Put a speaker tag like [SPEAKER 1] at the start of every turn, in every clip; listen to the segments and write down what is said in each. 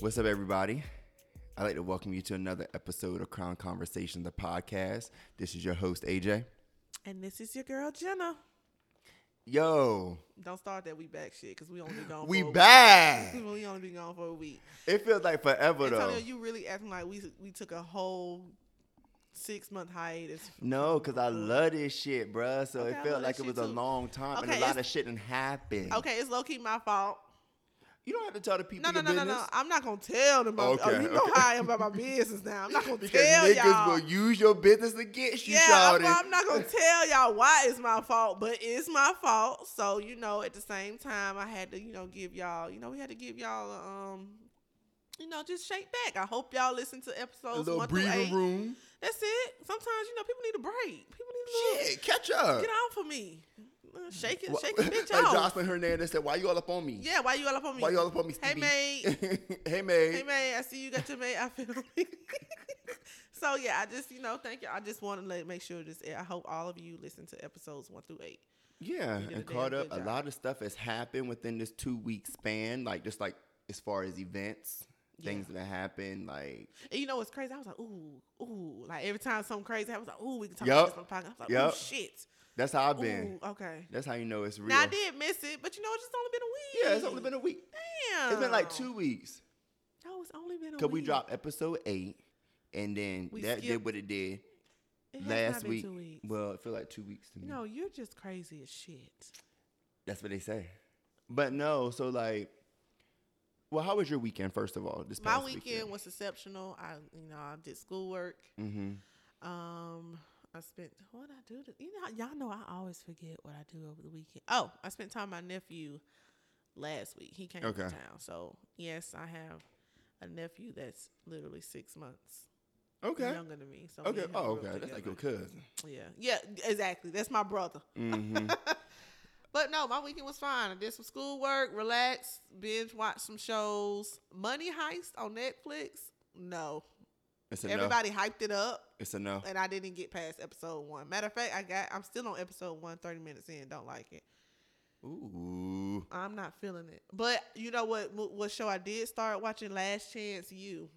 [SPEAKER 1] What's up, everybody? I'd like to welcome you to another episode of Crown Conversation, the podcast. This is your host, AJ.
[SPEAKER 2] And this is your girl Jenna.
[SPEAKER 1] Yo,
[SPEAKER 2] Don't start that we back shit because we only be gone.
[SPEAKER 1] we
[SPEAKER 2] for a
[SPEAKER 1] back.
[SPEAKER 2] Week. We only be gone for a week.
[SPEAKER 1] It feels like forever, though.
[SPEAKER 2] Antonio, you really acting like we we took a whole six month hiatus.
[SPEAKER 1] No, because I love this shit, bruh. So
[SPEAKER 2] Okay, I
[SPEAKER 1] it
[SPEAKER 2] love
[SPEAKER 1] felt like
[SPEAKER 2] that
[SPEAKER 1] it was
[SPEAKER 2] shit,
[SPEAKER 1] a
[SPEAKER 2] too.
[SPEAKER 1] long time
[SPEAKER 2] Okay,
[SPEAKER 1] and a lot of
[SPEAKER 2] it's-
[SPEAKER 1] shit didn't happen.
[SPEAKER 2] Okay, it's low key my fault.
[SPEAKER 1] You don't have to tell the people
[SPEAKER 2] No, no,
[SPEAKER 1] your
[SPEAKER 2] no, no,
[SPEAKER 1] business.
[SPEAKER 2] no. I'm not gonna tell them. About, oh,
[SPEAKER 1] Okay,
[SPEAKER 2] you know
[SPEAKER 1] okay.
[SPEAKER 2] how I am about my business now. I'm not gonna
[SPEAKER 1] Because
[SPEAKER 2] tell
[SPEAKER 1] niggas
[SPEAKER 2] y'all.
[SPEAKER 1] will use your business against you,
[SPEAKER 2] yeah,
[SPEAKER 1] shawty.
[SPEAKER 2] I'm, I'm not gonna tell y'all why it's my fault, but it's my fault. So you know, at the same time, I had to, you know, give y'all, you know, we had to give y'all, a, um, you know, just shake back. I hope y'all listen to
[SPEAKER 1] a
[SPEAKER 2] episodes
[SPEAKER 1] little
[SPEAKER 2] one through
[SPEAKER 1] breathing
[SPEAKER 2] eight.
[SPEAKER 1] room.
[SPEAKER 2] That's it. Sometimes you know, people need a break. People need a little
[SPEAKER 1] Shit, catch up.
[SPEAKER 2] get off of me, Uh, shake it,
[SPEAKER 1] Wha-
[SPEAKER 2] shake it, bitch
[SPEAKER 1] like
[SPEAKER 2] off.
[SPEAKER 1] Jocelyn Hernandez said, why you all up on me?
[SPEAKER 2] yeah, why you all up on me?
[SPEAKER 1] Why you all up on me,
[SPEAKER 2] Hey,
[SPEAKER 1] Stevie?
[SPEAKER 2] mate.
[SPEAKER 1] hey, mate.
[SPEAKER 2] Hey man, I see you got your maid outfit. on. so yeah, I just you know thank you. I just want to let, make sure this. I hope all of you listen to episodes one through eight.
[SPEAKER 1] Yeah,
[SPEAKER 2] You did a
[SPEAKER 1] and
[SPEAKER 2] damn
[SPEAKER 1] caught up.
[SPEAKER 2] good
[SPEAKER 1] A
[SPEAKER 2] job.
[SPEAKER 1] lot of stuff has happened within this two week span, like just like as far as events, things that happened, like
[SPEAKER 2] And you know what's crazy? I was like, ooh, ooh. Like every time something crazy happens, I was like, ooh, we can talk
[SPEAKER 1] Yup.
[SPEAKER 2] about this on the podcast. I was like,
[SPEAKER 1] Yup.
[SPEAKER 2] oh shit.
[SPEAKER 1] that's how I've been.
[SPEAKER 2] Ooh, okay.
[SPEAKER 1] That's how you know it's real.
[SPEAKER 2] Now I did miss it, but you know it's just only been a week.
[SPEAKER 1] Yeah, it's only been a week.
[SPEAKER 2] damn.
[SPEAKER 1] It's been like two weeks.
[SPEAKER 2] No, Oh, it's only been a week.
[SPEAKER 1] Cause we dropped episode eight, and then
[SPEAKER 2] We
[SPEAKER 1] that did
[SPEAKER 2] skipped
[SPEAKER 1] what it did
[SPEAKER 2] It has
[SPEAKER 1] last
[SPEAKER 2] not been
[SPEAKER 1] week.
[SPEAKER 2] Two weeks.
[SPEAKER 1] Well, it feel like two weeks to me.
[SPEAKER 2] no, you're just crazy as shit.
[SPEAKER 1] That's what they say. But no, so like, well, how was your weekend? First of all, this
[SPEAKER 2] My
[SPEAKER 1] past
[SPEAKER 2] weekend, was exceptional. I, you know, I did schoolwork.
[SPEAKER 1] Mm-hmm.
[SPEAKER 2] Um, I spent what I do. To, you know, y'all know I always forget what I do over the weekend. Oh, I spent time with my nephew last week. He came
[SPEAKER 1] Okay.
[SPEAKER 2] to town, so yes, I have a nephew that's literally six months
[SPEAKER 1] Okay.
[SPEAKER 2] younger than me. So me
[SPEAKER 1] Okay.
[SPEAKER 2] and him
[SPEAKER 1] Oh,
[SPEAKER 2] grew up
[SPEAKER 1] okay. That's like your
[SPEAKER 2] together.
[SPEAKER 1] cousin.
[SPEAKER 2] Yeah, yeah, exactly. That's my brother.
[SPEAKER 1] Mm-hmm.
[SPEAKER 2] But no, my weekend was fine. I did some schoolwork, relaxed, binge watched some shows. Money Heist on Netflix. No,
[SPEAKER 1] It's a no.
[SPEAKER 2] everybody hyped it up.
[SPEAKER 1] It's a no.
[SPEAKER 2] and I didn't get past episode one. Matter of fact, I got I'm still on episode one, 30 minutes in. Don't like it.
[SPEAKER 1] Ooh.
[SPEAKER 2] I'm not feeling it. But you know what? wh- What show I did start watching? Last Chance You.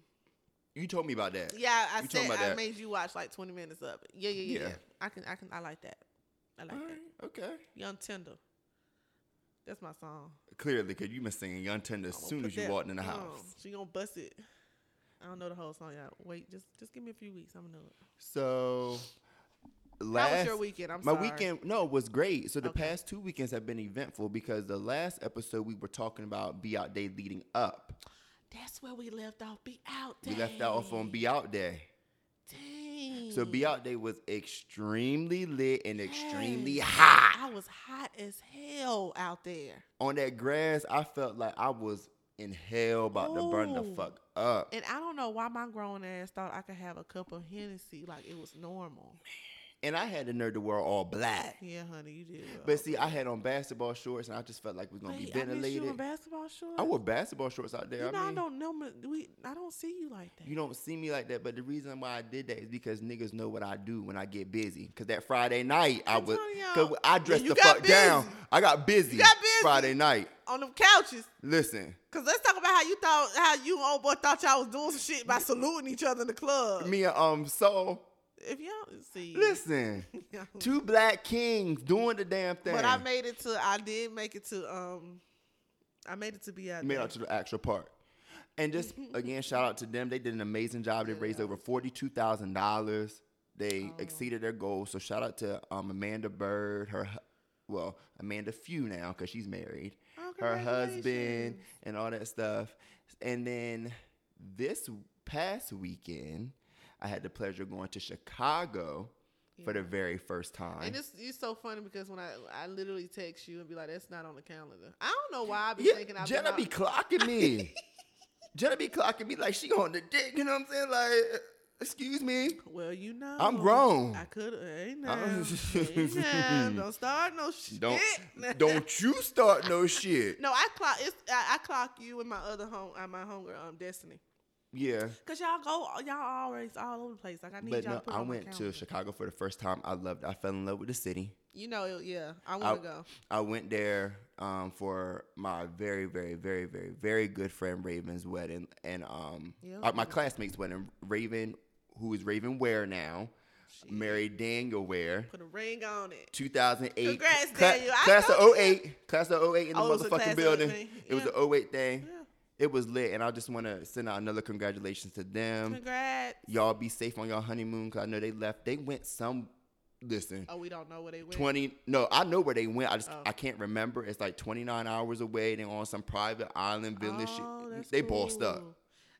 [SPEAKER 1] You told me about that.
[SPEAKER 2] Yeah, I
[SPEAKER 1] You talking
[SPEAKER 2] said I
[SPEAKER 1] about that.
[SPEAKER 2] made you watch like 20 minutes of it. Yeah, yeah, yeah,
[SPEAKER 1] Yeah.
[SPEAKER 2] yeah. I can, I can, I like that. I like
[SPEAKER 1] All
[SPEAKER 2] that.
[SPEAKER 1] right. Okay.
[SPEAKER 2] Young Tender. That's my song.
[SPEAKER 1] Clearly, because you've been singing Young Tender as
[SPEAKER 2] I'm gonna
[SPEAKER 1] soon
[SPEAKER 2] put
[SPEAKER 1] as you
[SPEAKER 2] that
[SPEAKER 1] walked in the
[SPEAKER 2] on.
[SPEAKER 1] house.
[SPEAKER 2] she gonna bust it. I don't know the whole song, y'all. Wait, just just give me a few weeks. I'm gonna know it.
[SPEAKER 1] So,
[SPEAKER 2] That
[SPEAKER 1] last
[SPEAKER 2] was your weekend. I'm
[SPEAKER 1] my
[SPEAKER 2] sorry.
[SPEAKER 1] weekend no was great. So the
[SPEAKER 2] Okay.
[SPEAKER 1] past two weekends have been eventful because the last episode we were talking about Be Out Day leading up.
[SPEAKER 2] That's where we left off. Be out.
[SPEAKER 1] We left out off on
[SPEAKER 2] Dang.
[SPEAKER 1] Be Out Day.
[SPEAKER 2] Dang.
[SPEAKER 1] So Be Out Day was extremely lit and extremely
[SPEAKER 2] Yes.
[SPEAKER 1] hot.
[SPEAKER 2] I was hot as hell out there.
[SPEAKER 1] On that grass, I felt like I was in hell about to burn the
[SPEAKER 2] Ooh.
[SPEAKER 1] fuck up.
[SPEAKER 2] And I don't know why my grown ass thought I could have a cup of Hennessy like it was normal.
[SPEAKER 1] And I had the nerve to wear all black.
[SPEAKER 2] Yeah, honey, you did. well.
[SPEAKER 1] But see, I had on basketball shorts, and I just felt like we was gonna be
[SPEAKER 2] Wait, I miss you in
[SPEAKER 1] ventilated. I,
[SPEAKER 2] basketball shorts.
[SPEAKER 1] wore basketball shorts out there.
[SPEAKER 2] You know,
[SPEAKER 1] I
[SPEAKER 2] I,
[SPEAKER 1] mean,
[SPEAKER 2] don't know. We, I don't see you like that.
[SPEAKER 1] you don't see me like that. But the reason why I did that is because niggas know what I do when I get busy. Cause that Friday night, I was,
[SPEAKER 2] Antonio,
[SPEAKER 1] cause I dressed
[SPEAKER 2] you
[SPEAKER 1] the
[SPEAKER 2] got
[SPEAKER 1] fuck down.
[SPEAKER 2] busy.
[SPEAKER 1] I got busy,
[SPEAKER 2] got busy.
[SPEAKER 1] Friday night.
[SPEAKER 2] on them couches.
[SPEAKER 1] Listen,
[SPEAKER 2] Cause let's talk about how you thought, how you and old boy thought y'all was doing some shit by saluting each other in the club.
[SPEAKER 1] me and um, so
[SPEAKER 2] if y'all see,
[SPEAKER 1] listen, two black kings doing the damn thing.
[SPEAKER 2] But I made it to. I did make it to. Um, I made it to be out.
[SPEAKER 1] made
[SPEAKER 2] there.
[SPEAKER 1] out to the actual part. And just
[SPEAKER 2] Mm-hmm.
[SPEAKER 1] again, shout out to them. They did an amazing job. They raised over forty-two thousand dollars. They
[SPEAKER 2] Oh.
[SPEAKER 1] exceeded their goal. So shout out to um, Amanda Bird, her, hu- well, Amanda Few now because she's married,
[SPEAKER 2] Oh,
[SPEAKER 1] her husband
[SPEAKER 2] congratulations.
[SPEAKER 1] and all that stuff. And then this past weekend, I had the pleasure of going to Chicago for the very first time.
[SPEAKER 2] And it's, it's so funny because when I I literally text you and be like, that's not on the calendar. I don't know why I be
[SPEAKER 1] Yeah,
[SPEAKER 2] thinking I've
[SPEAKER 1] Jenna
[SPEAKER 2] been
[SPEAKER 1] be
[SPEAKER 2] out-
[SPEAKER 1] clocking me. Jenna be clocking me like she on the dick. You know what I'm saying? Like, uh, excuse me.
[SPEAKER 2] Well, you know,
[SPEAKER 1] I'm grown.
[SPEAKER 2] I could. Hey now,
[SPEAKER 1] I'm-
[SPEAKER 2] hey now, don't start no shit.
[SPEAKER 1] Don't don't you start no shit.
[SPEAKER 2] No, I clock. It's I, I clock you and my other home, uh, my homegirl, um, Destiny.
[SPEAKER 1] Yeah,
[SPEAKER 2] Cause y'all go, y'all always all over the place. Like I need
[SPEAKER 1] but
[SPEAKER 2] y'all.
[SPEAKER 1] no,
[SPEAKER 2] to put it
[SPEAKER 1] I
[SPEAKER 2] on my
[SPEAKER 1] went to
[SPEAKER 2] calendar.
[SPEAKER 1] Chicago for the first time. I loved. It. I fell in love with the city.
[SPEAKER 2] You know, it, yeah, I want to go.
[SPEAKER 1] I went there um, for my very, very, very, very, very good friend Raven's wedding, and um,
[SPEAKER 2] Yeah.
[SPEAKER 1] uh, my classmate's wedding. Raven, who is Raven Ware now,
[SPEAKER 2] Shit.
[SPEAKER 1] married Daniel Ware.
[SPEAKER 2] Put a ring on it.
[SPEAKER 1] 2008.
[SPEAKER 2] Congrats,
[SPEAKER 1] Cla-
[SPEAKER 2] Daniel. I
[SPEAKER 1] class
[SPEAKER 2] told
[SPEAKER 1] of
[SPEAKER 2] you.
[SPEAKER 1] 08. Class of 08 in the
[SPEAKER 2] Oh, it was a class
[SPEAKER 1] motherfucking
[SPEAKER 2] of
[SPEAKER 1] building.
[SPEAKER 2] 08 thing.
[SPEAKER 1] It was
[SPEAKER 2] Yeah.
[SPEAKER 1] the 08 thing.
[SPEAKER 2] Yeah.
[SPEAKER 1] It was lit, and I just want to send out another congratulations to them.
[SPEAKER 2] Congrats.
[SPEAKER 1] Y'all be safe on your honeymoon because I know they left. They went some. Listen,
[SPEAKER 2] Oh, we don't know where they went.
[SPEAKER 1] 20 no i know where they went i just
[SPEAKER 2] Oh.
[SPEAKER 1] i can't remember it's like 29 hours away they're on some private island village
[SPEAKER 2] Oh, that's
[SPEAKER 1] shit. they bossed up
[SPEAKER 2] cool.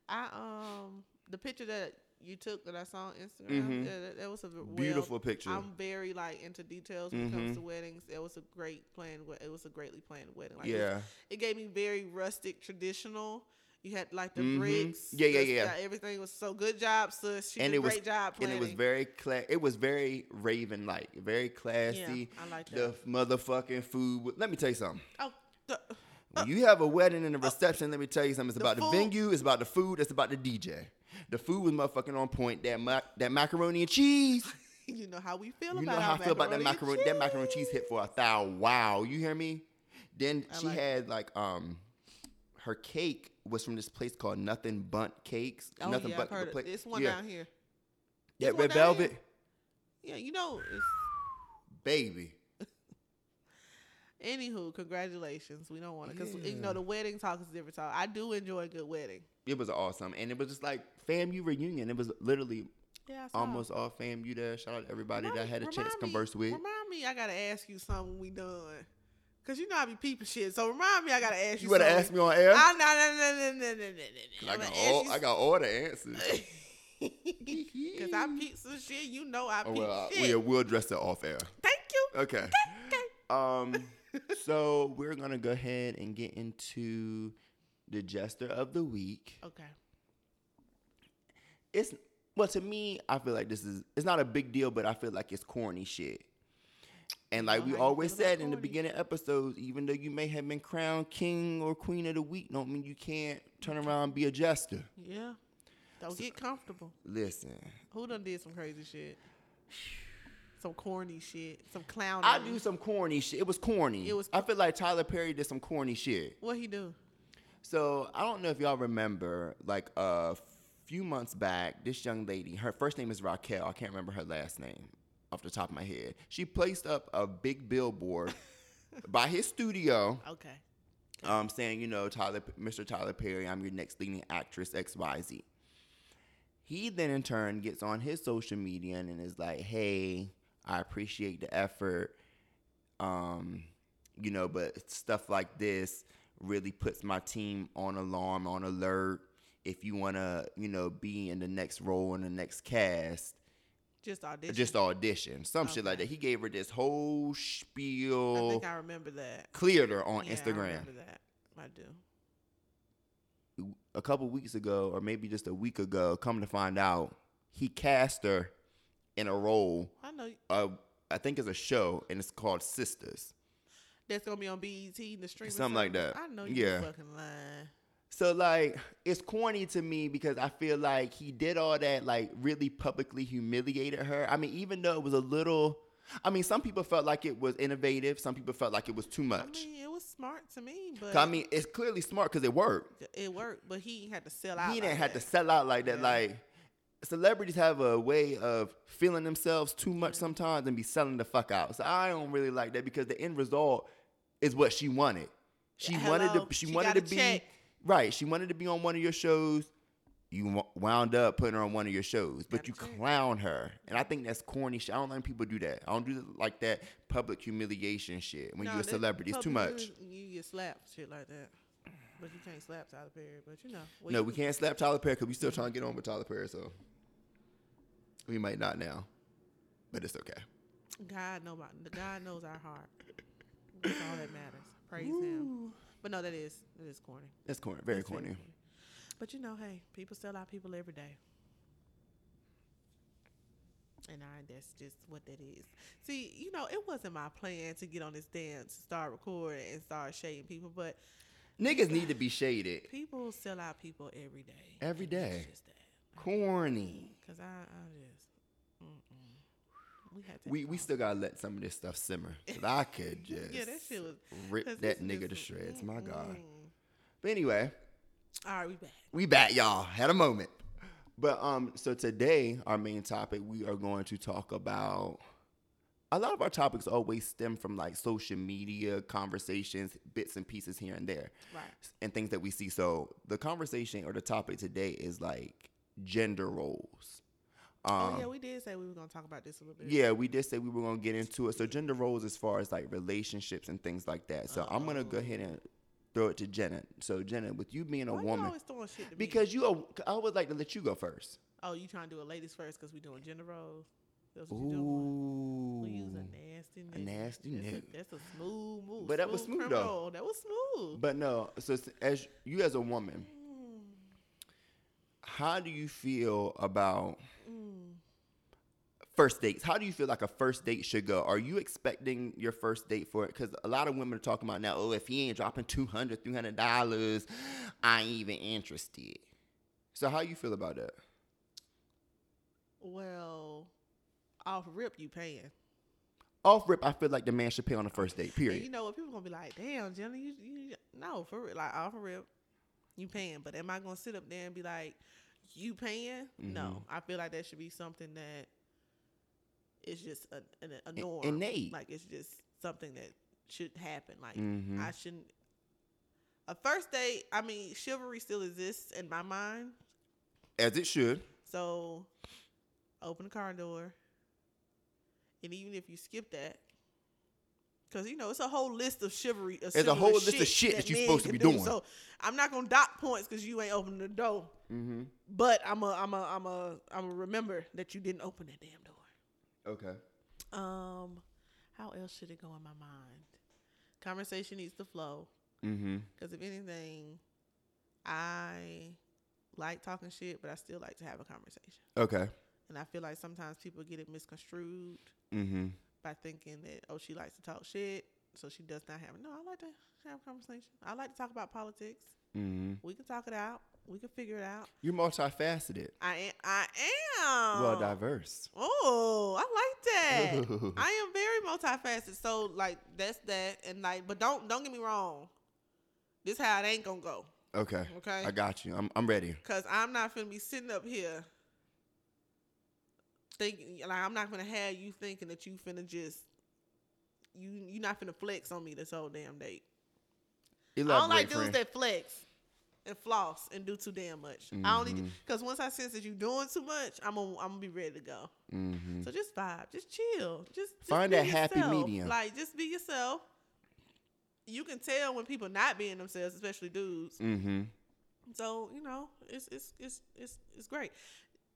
[SPEAKER 2] I um the picture that you took that I saw on Instagram,
[SPEAKER 1] Mhm.
[SPEAKER 2] yeah, that, that was a v- well,
[SPEAKER 1] beautiful picture
[SPEAKER 2] I'm very like into details when it
[SPEAKER 1] Mhm.
[SPEAKER 2] comes to weddings. It was a great planned. we- It was a greatly planned wedding. Like it-
[SPEAKER 1] yeah
[SPEAKER 2] it, gave me very rustic, traditional. You had like the
[SPEAKER 1] Mhm.
[SPEAKER 2] bricks.
[SPEAKER 1] Yeah, yeah,
[SPEAKER 2] the
[SPEAKER 1] yeah.
[SPEAKER 2] sky- everything was so good job, sis. She
[SPEAKER 1] And it
[SPEAKER 2] did a
[SPEAKER 1] was-
[SPEAKER 2] great job
[SPEAKER 1] and
[SPEAKER 2] planning.
[SPEAKER 1] it was very cla- it was very raven like very classy
[SPEAKER 2] Yeah, I like that.
[SPEAKER 1] the f- motherfucking food wa- let me tell you something
[SPEAKER 2] oh, the,
[SPEAKER 1] when you have a wedding and a reception let me tell you something it's
[SPEAKER 2] The
[SPEAKER 1] about the
[SPEAKER 2] food-
[SPEAKER 1] venue it's about the food it's about the dj the food was motherfucking on point that mac- that macaroni and cheese
[SPEAKER 2] you know how we feel
[SPEAKER 1] You
[SPEAKER 2] about
[SPEAKER 1] know how I
[SPEAKER 2] our
[SPEAKER 1] feel about that macaroni.
[SPEAKER 2] and
[SPEAKER 1] That macaroni and cheese hit for a thou. Wow, you hear me? Then
[SPEAKER 2] I
[SPEAKER 1] she
[SPEAKER 2] like
[SPEAKER 1] had like um, her cake was from this place called Nothing Bunt Cakes.
[SPEAKER 2] Oh,
[SPEAKER 1] Nothing
[SPEAKER 2] yeah, I've
[SPEAKER 1] but
[SPEAKER 2] heard
[SPEAKER 1] the
[SPEAKER 2] of-
[SPEAKER 1] pla-
[SPEAKER 2] it's one
[SPEAKER 1] yeah.
[SPEAKER 2] down here.
[SPEAKER 1] That
[SPEAKER 2] one
[SPEAKER 1] red
[SPEAKER 2] down here.
[SPEAKER 1] velvet,
[SPEAKER 2] Yeah, you know. It's,
[SPEAKER 1] baby.
[SPEAKER 2] Anywho, congratulations. We don't want to because you
[SPEAKER 1] Yeah.
[SPEAKER 2] know the wedding talk is a different talk. I do enjoy a good wedding.
[SPEAKER 1] It was awesome, and it was just like FAMU reunion. It was literally
[SPEAKER 2] Yeah, I saw.
[SPEAKER 1] almost all FAMU there. Shout out to everybody that I had a chance to converse with.
[SPEAKER 2] Remind me, I gotta ask you something when we done, cause you know I be peeping shit. So remind me, I gotta ask you.
[SPEAKER 1] You wanna
[SPEAKER 2] something.
[SPEAKER 1] ask me on air?
[SPEAKER 2] I no no no no no no no.
[SPEAKER 1] 'Cause I got all I got all the answers.
[SPEAKER 2] Cause I peep some shit. You know I
[SPEAKER 1] Oh,
[SPEAKER 2] peep
[SPEAKER 1] well, uh,
[SPEAKER 2] shit.
[SPEAKER 1] we will address that off air.
[SPEAKER 2] Thank you.
[SPEAKER 1] Okay. Um, so we're gonna go ahead and get into the jester of the week.
[SPEAKER 2] Okay.
[SPEAKER 1] It's well to me, I feel like this is it's not a big deal, but I feel like it's corny shit. And like
[SPEAKER 2] know
[SPEAKER 1] we
[SPEAKER 2] Oh, how you
[SPEAKER 1] always
[SPEAKER 2] feel about
[SPEAKER 1] said in the
[SPEAKER 2] corny.
[SPEAKER 1] beginning episodes, even though you may have been crowned king or queen of the week, don't mean you can't turn around and be a jester.
[SPEAKER 2] Yeah. Don't get comfortable.
[SPEAKER 1] Listen,
[SPEAKER 2] Who done did some crazy shit? Some corny shit. Some clown.
[SPEAKER 1] I do some corny shit. It was corny.
[SPEAKER 2] It was-
[SPEAKER 1] I feel like Tyler Perry did some corny shit.
[SPEAKER 2] What he do?
[SPEAKER 1] So I don't know if y'all remember, like a few months back, this young lady, her first name is Raquel. I can't remember her last name off the top of my head. She placed up a big billboard by his studio,
[SPEAKER 2] Okay.
[SPEAKER 1] um, saying, you know, Tyler, Mr. Tyler Perry, I'm your next leading actress X Y Z. He then in turn gets on his social media and is like, hey, I appreciate the effort. Um, you know, but stuff like this really puts my team on alarm, on alert. If you wanna, you know, be in the next role in the next cast,
[SPEAKER 2] Just audition.
[SPEAKER 1] just audition, some shit like that.
[SPEAKER 2] Okay.
[SPEAKER 1] He gave her this whole
[SPEAKER 2] I
[SPEAKER 1] spiel,
[SPEAKER 2] think I remember that.
[SPEAKER 1] cleared her on
[SPEAKER 2] Yeah, I
[SPEAKER 1] Instagram.
[SPEAKER 2] remember that. I do.
[SPEAKER 1] a couple weeks ago, or maybe just a week ago, come to find out, he cast her in a role.
[SPEAKER 2] I know
[SPEAKER 1] Of, I think it's a show, and it's called Sisters.
[SPEAKER 2] that's gonna be on BET in the stream. or
[SPEAKER 1] Something like
[SPEAKER 2] something.
[SPEAKER 1] that.
[SPEAKER 2] I know you
[SPEAKER 1] Yeah.
[SPEAKER 2] fucking lying.
[SPEAKER 1] So like, it's corny to me because I feel like he did all that, like really publicly humiliated her. I mean, even though it was a little. I mean, some people felt like it was innovative. Some people felt like it was too
[SPEAKER 2] I
[SPEAKER 1] much.
[SPEAKER 2] mean, it was smart to me, but
[SPEAKER 1] 'Cause, I mean, it's clearly smart because it worked.
[SPEAKER 2] it worked. But he ain't had to sell out.
[SPEAKER 1] he
[SPEAKER 2] like
[SPEAKER 1] didn't have to
[SPEAKER 2] that.
[SPEAKER 1] sell out like that.
[SPEAKER 2] Yeah.
[SPEAKER 1] Like celebrities have a way of feeling themselves too much sometimes and be selling the fuck out. So I don't really like that because the end result is what she wanted. She wanted
[SPEAKER 2] Hello,
[SPEAKER 1] to. She,
[SPEAKER 2] she
[SPEAKER 1] wanted to
[SPEAKER 2] got a
[SPEAKER 1] be
[SPEAKER 2] check.
[SPEAKER 1] right. She wanted to be on one of your shows. You wo- wound up putting her on one of your shows, but
[SPEAKER 2] Got a
[SPEAKER 1] you
[SPEAKER 2] check.
[SPEAKER 1] clown her, and I think that's corny shit. I don't like people do that. I don't do that like that public humiliation shit when
[SPEAKER 2] No,
[SPEAKER 1] you're a
[SPEAKER 2] that
[SPEAKER 1] celebrity. It's too
[SPEAKER 2] public
[SPEAKER 1] much.
[SPEAKER 2] humili- You get slapped, shit like that. But you can't slap Tyler Perry. But you know, well,
[SPEAKER 1] No,
[SPEAKER 2] you
[SPEAKER 1] we
[SPEAKER 2] can-
[SPEAKER 1] can't slap Tyler Perry because we still trying to get on with Tyler Perry, so we might not now, but it's okay.
[SPEAKER 2] God know my, God knows our heart. That's all that matters. Praise Him. But no, that is that is corny.
[SPEAKER 1] That's corny, very
[SPEAKER 2] That's
[SPEAKER 1] corny.
[SPEAKER 2] But you know, hey, people sell out people every day. And I, that's just what that is. See, you know, it wasn't my plan to get on this dance, start recording, and start shading people, but
[SPEAKER 1] Niggas need to be shaded.
[SPEAKER 2] people sell out people every day.
[SPEAKER 1] Every
[SPEAKER 2] And that's
[SPEAKER 1] day.
[SPEAKER 2] just that.
[SPEAKER 1] Corny.
[SPEAKER 2] Because I, I just, mm-mm. We had to.
[SPEAKER 1] We we still gotta let some of this stuff simmer. 'cause I could just
[SPEAKER 2] yeah, that shit was.
[SPEAKER 1] rip
[SPEAKER 2] 'cause
[SPEAKER 1] that
[SPEAKER 2] this-
[SPEAKER 1] nigga
[SPEAKER 2] this-
[SPEAKER 1] to shreds. My God.
[SPEAKER 2] mm.
[SPEAKER 1] But anyway,
[SPEAKER 2] All right, we back.
[SPEAKER 1] we back, y'all. Had a moment. But um, so today our main topic we are going to talk about. A lot of our topics always stem from like social media conversations, bits and pieces here and there,
[SPEAKER 2] Right.
[SPEAKER 1] and things that we see. So the conversation or the topic today is like gender roles. Um,
[SPEAKER 2] oh yeah, we did say we were gonna talk about this a little bit.
[SPEAKER 1] yeah, we did say we were gonna get into it. So gender roles as far as like relationships and things like that. So I'm gonna
[SPEAKER 2] Oh.
[SPEAKER 1] go ahead and throw it to Jenna. So Jenna, with you being a
[SPEAKER 2] Why You
[SPEAKER 1] woman,
[SPEAKER 2] always throwing shit to me?
[SPEAKER 1] because you, are, I would like to let you go first.
[SPEAKER 2] oh, you trying to do a ladies first because we doing gender roles. That's what you doing.
[SPEAKER 1] Ooh,
[SPEAKER 2] We use a nasty nigga.
[SPEAKER 1] nasty
[SPEAKER 2] That's
[SPEAKER 1] nigga.
[SPEAKER 2] A, that's a smooth move.
[SPEAKER 1] But that was smooth, though.
[SPEAKER 2] criminal. That was smooth. Mm,
[SPEAKER 1] but no. So s- as you as a woman, how do you feel about
[SPEAKER 2] mm.
[SPEAKER 1] first dates? How do you feel like a first date should go? Are you expecting your first date for it? Because a lot of women are talking about now, oh, if he ain't dropping $200, $300, I ain't even interested. So how you feel about that?
[SPEAKER 2] well, off rip, you paying.
[SPEAKER 1] Off rip, I feel like the man should pay on the first date,
[SPEAKER 2] And you
[SPEAKER 1] period.
[SPEAKER 2] know what? People gonna be like, "Damn, Jenna, you, you no for real, like off a rip, you paying." But am I gonna sit up there and be like, "You paying?" No,
[SPEAKER 1] Mm-hmm.
[SPEAKER 2] I feel like that should be something that is just a, an a norm,
[SPEAKER 1] innate.
[SPEAKER 2] Like it's just something that should happen. Like
[SPEAKER 1] Mhm.
[SPEAKER 2] I shouldn't. A first date, I mean, chivalry still exists in my mind.
[SPEAKER 1] As it should.
[SPEAKER 2] So open the car door. And even if you skip that, because you know it's a whole list of chivalry. Of
[SPEAKER 1] There's a
[SPEAKER 2] chivalrous
[SPEAKER 1] whole list of shit that you
[SPEAKER 2] men
[SPEAKER 1] supposed to
[SPEAKER 2] can
[SPEAKER 1] be doing.
[SPEAKER 2] So I'm not gonna dock points because you ain't opening the door.
[SPEAKER 1] Mm-hmm.
[SPEAKER 2] But I'm a I'm a I'm a I'm a remember that you didn't open that damn door.
[SPEAKER 1] Okay.
[SPEAKER 2] Um, how else should it go in my mind? Conversation needs to flow.
[SPEAKER 1] Mm-hmm.
[SPEAKER 2] Because if anything, I like talking shit, but I still like to have a conversation.
[SPEAKER 1] Okay.
[SPEAKER 2] And I feel like sometimes people get it misconstrued
[SPEAKER 1] Mm-hmm.
[SPEAKER 2] by thinking that, oh, she likes to talk shit, so she does not have No, I like to have a conversation. I like to talk about politics.
[SPEAKER 1] Mm-hmm.
[SPEAKER 2] We can talk it out. We can figure it out.
[SPEAKER 1] You're multifaceted.
[SPEAKER 2] I am. I am.
[SPEAKER 1] Well, diverse.
[SPEAKER 2] Oh, I like that.
[SPEAKER 1] Ooh.
[SPEAKER 2] I am very multifaceted. So like that's that, and like, but don't don't get me wrong. This how it ain't gonna go,
[SPEAKER 1] Okay.
[SPEAKER 2] okay?
[SPEAKER 1] I got you. I'm, I'm ready.
[SPEAKER 2] Cause I'm not finna be sitting up here thinking like I'm not finna have you thinking that you finna just you you not finna flex on me this whole damn date. I don't like
[SPEAKER 1] Elaborate, friend.
[SPEAKER 2] dudes that flex and floss and do too damn much. I only
[SPEAKER 1] Mhm.
[SPEAKER 2] because once I sense that you doing too much, I'm gonna I'm gonna be ready to go.
[SPEAKER 1] Mm-hmm.
[SPEAKER 2] So just vibe, just chill, just, just
[SPEAKER 1] Find
[SPEAKER 2] be
[SPEAKER 1] that happy
[SPEAKER 2] yourself.
[SPEAKER 1] medium.
[SPEAKER 2] Like just be yourself. You can tell when people not being themselves, especially dudes.
[SPEAKER 1] Mm-hmm.
[SPEAKER 2] So you know, it's it's it's it's it's great.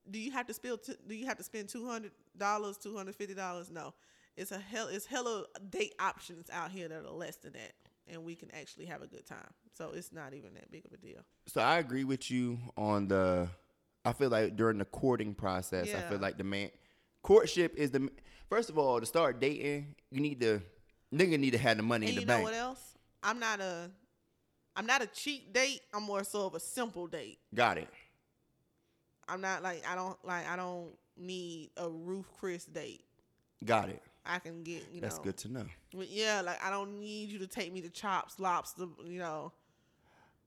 [SPEAKER 2] Do you have to spill? T- do you have to spend two hundred dollars, two hundred fifty dollars? No, it's a hell. It's hella date options out here that are less than that, and we can actually have a good time. So it's not even that big of a deal.
[SPEAKER 1] So I agree with you on the. I feel like during the courting process, I
[SPEAKER 2] Yeah.
[SPEAKER 1] feel like the man courtship is the first of all to start dating. You need to nigga need to have the money
[SPEAKER 2] And
[SPEAKER 1] in
[SPEAKER 2] you
[SPEAKER 1] the
[SPEAKER 2] know
[SPEAKER 1] bank.
[SPEAKER 2] what else? I'm not a, I'm not a cheap date. I'm more so of a simple date.
[SPEAKER 1] Got it.
[SPEAKER 2] I'm not like I don't like I don't need a roof Chris date.
[SPEAKER 1] Got it.
[SPEAKER 2] I can get you
[SPEAKER 1] That's
[SPEAKER 2] know.
[SPEAKER 1] good to know.
[SPEAKER 2] But yeah, like I don't need you to take me to chops, lobster, you know.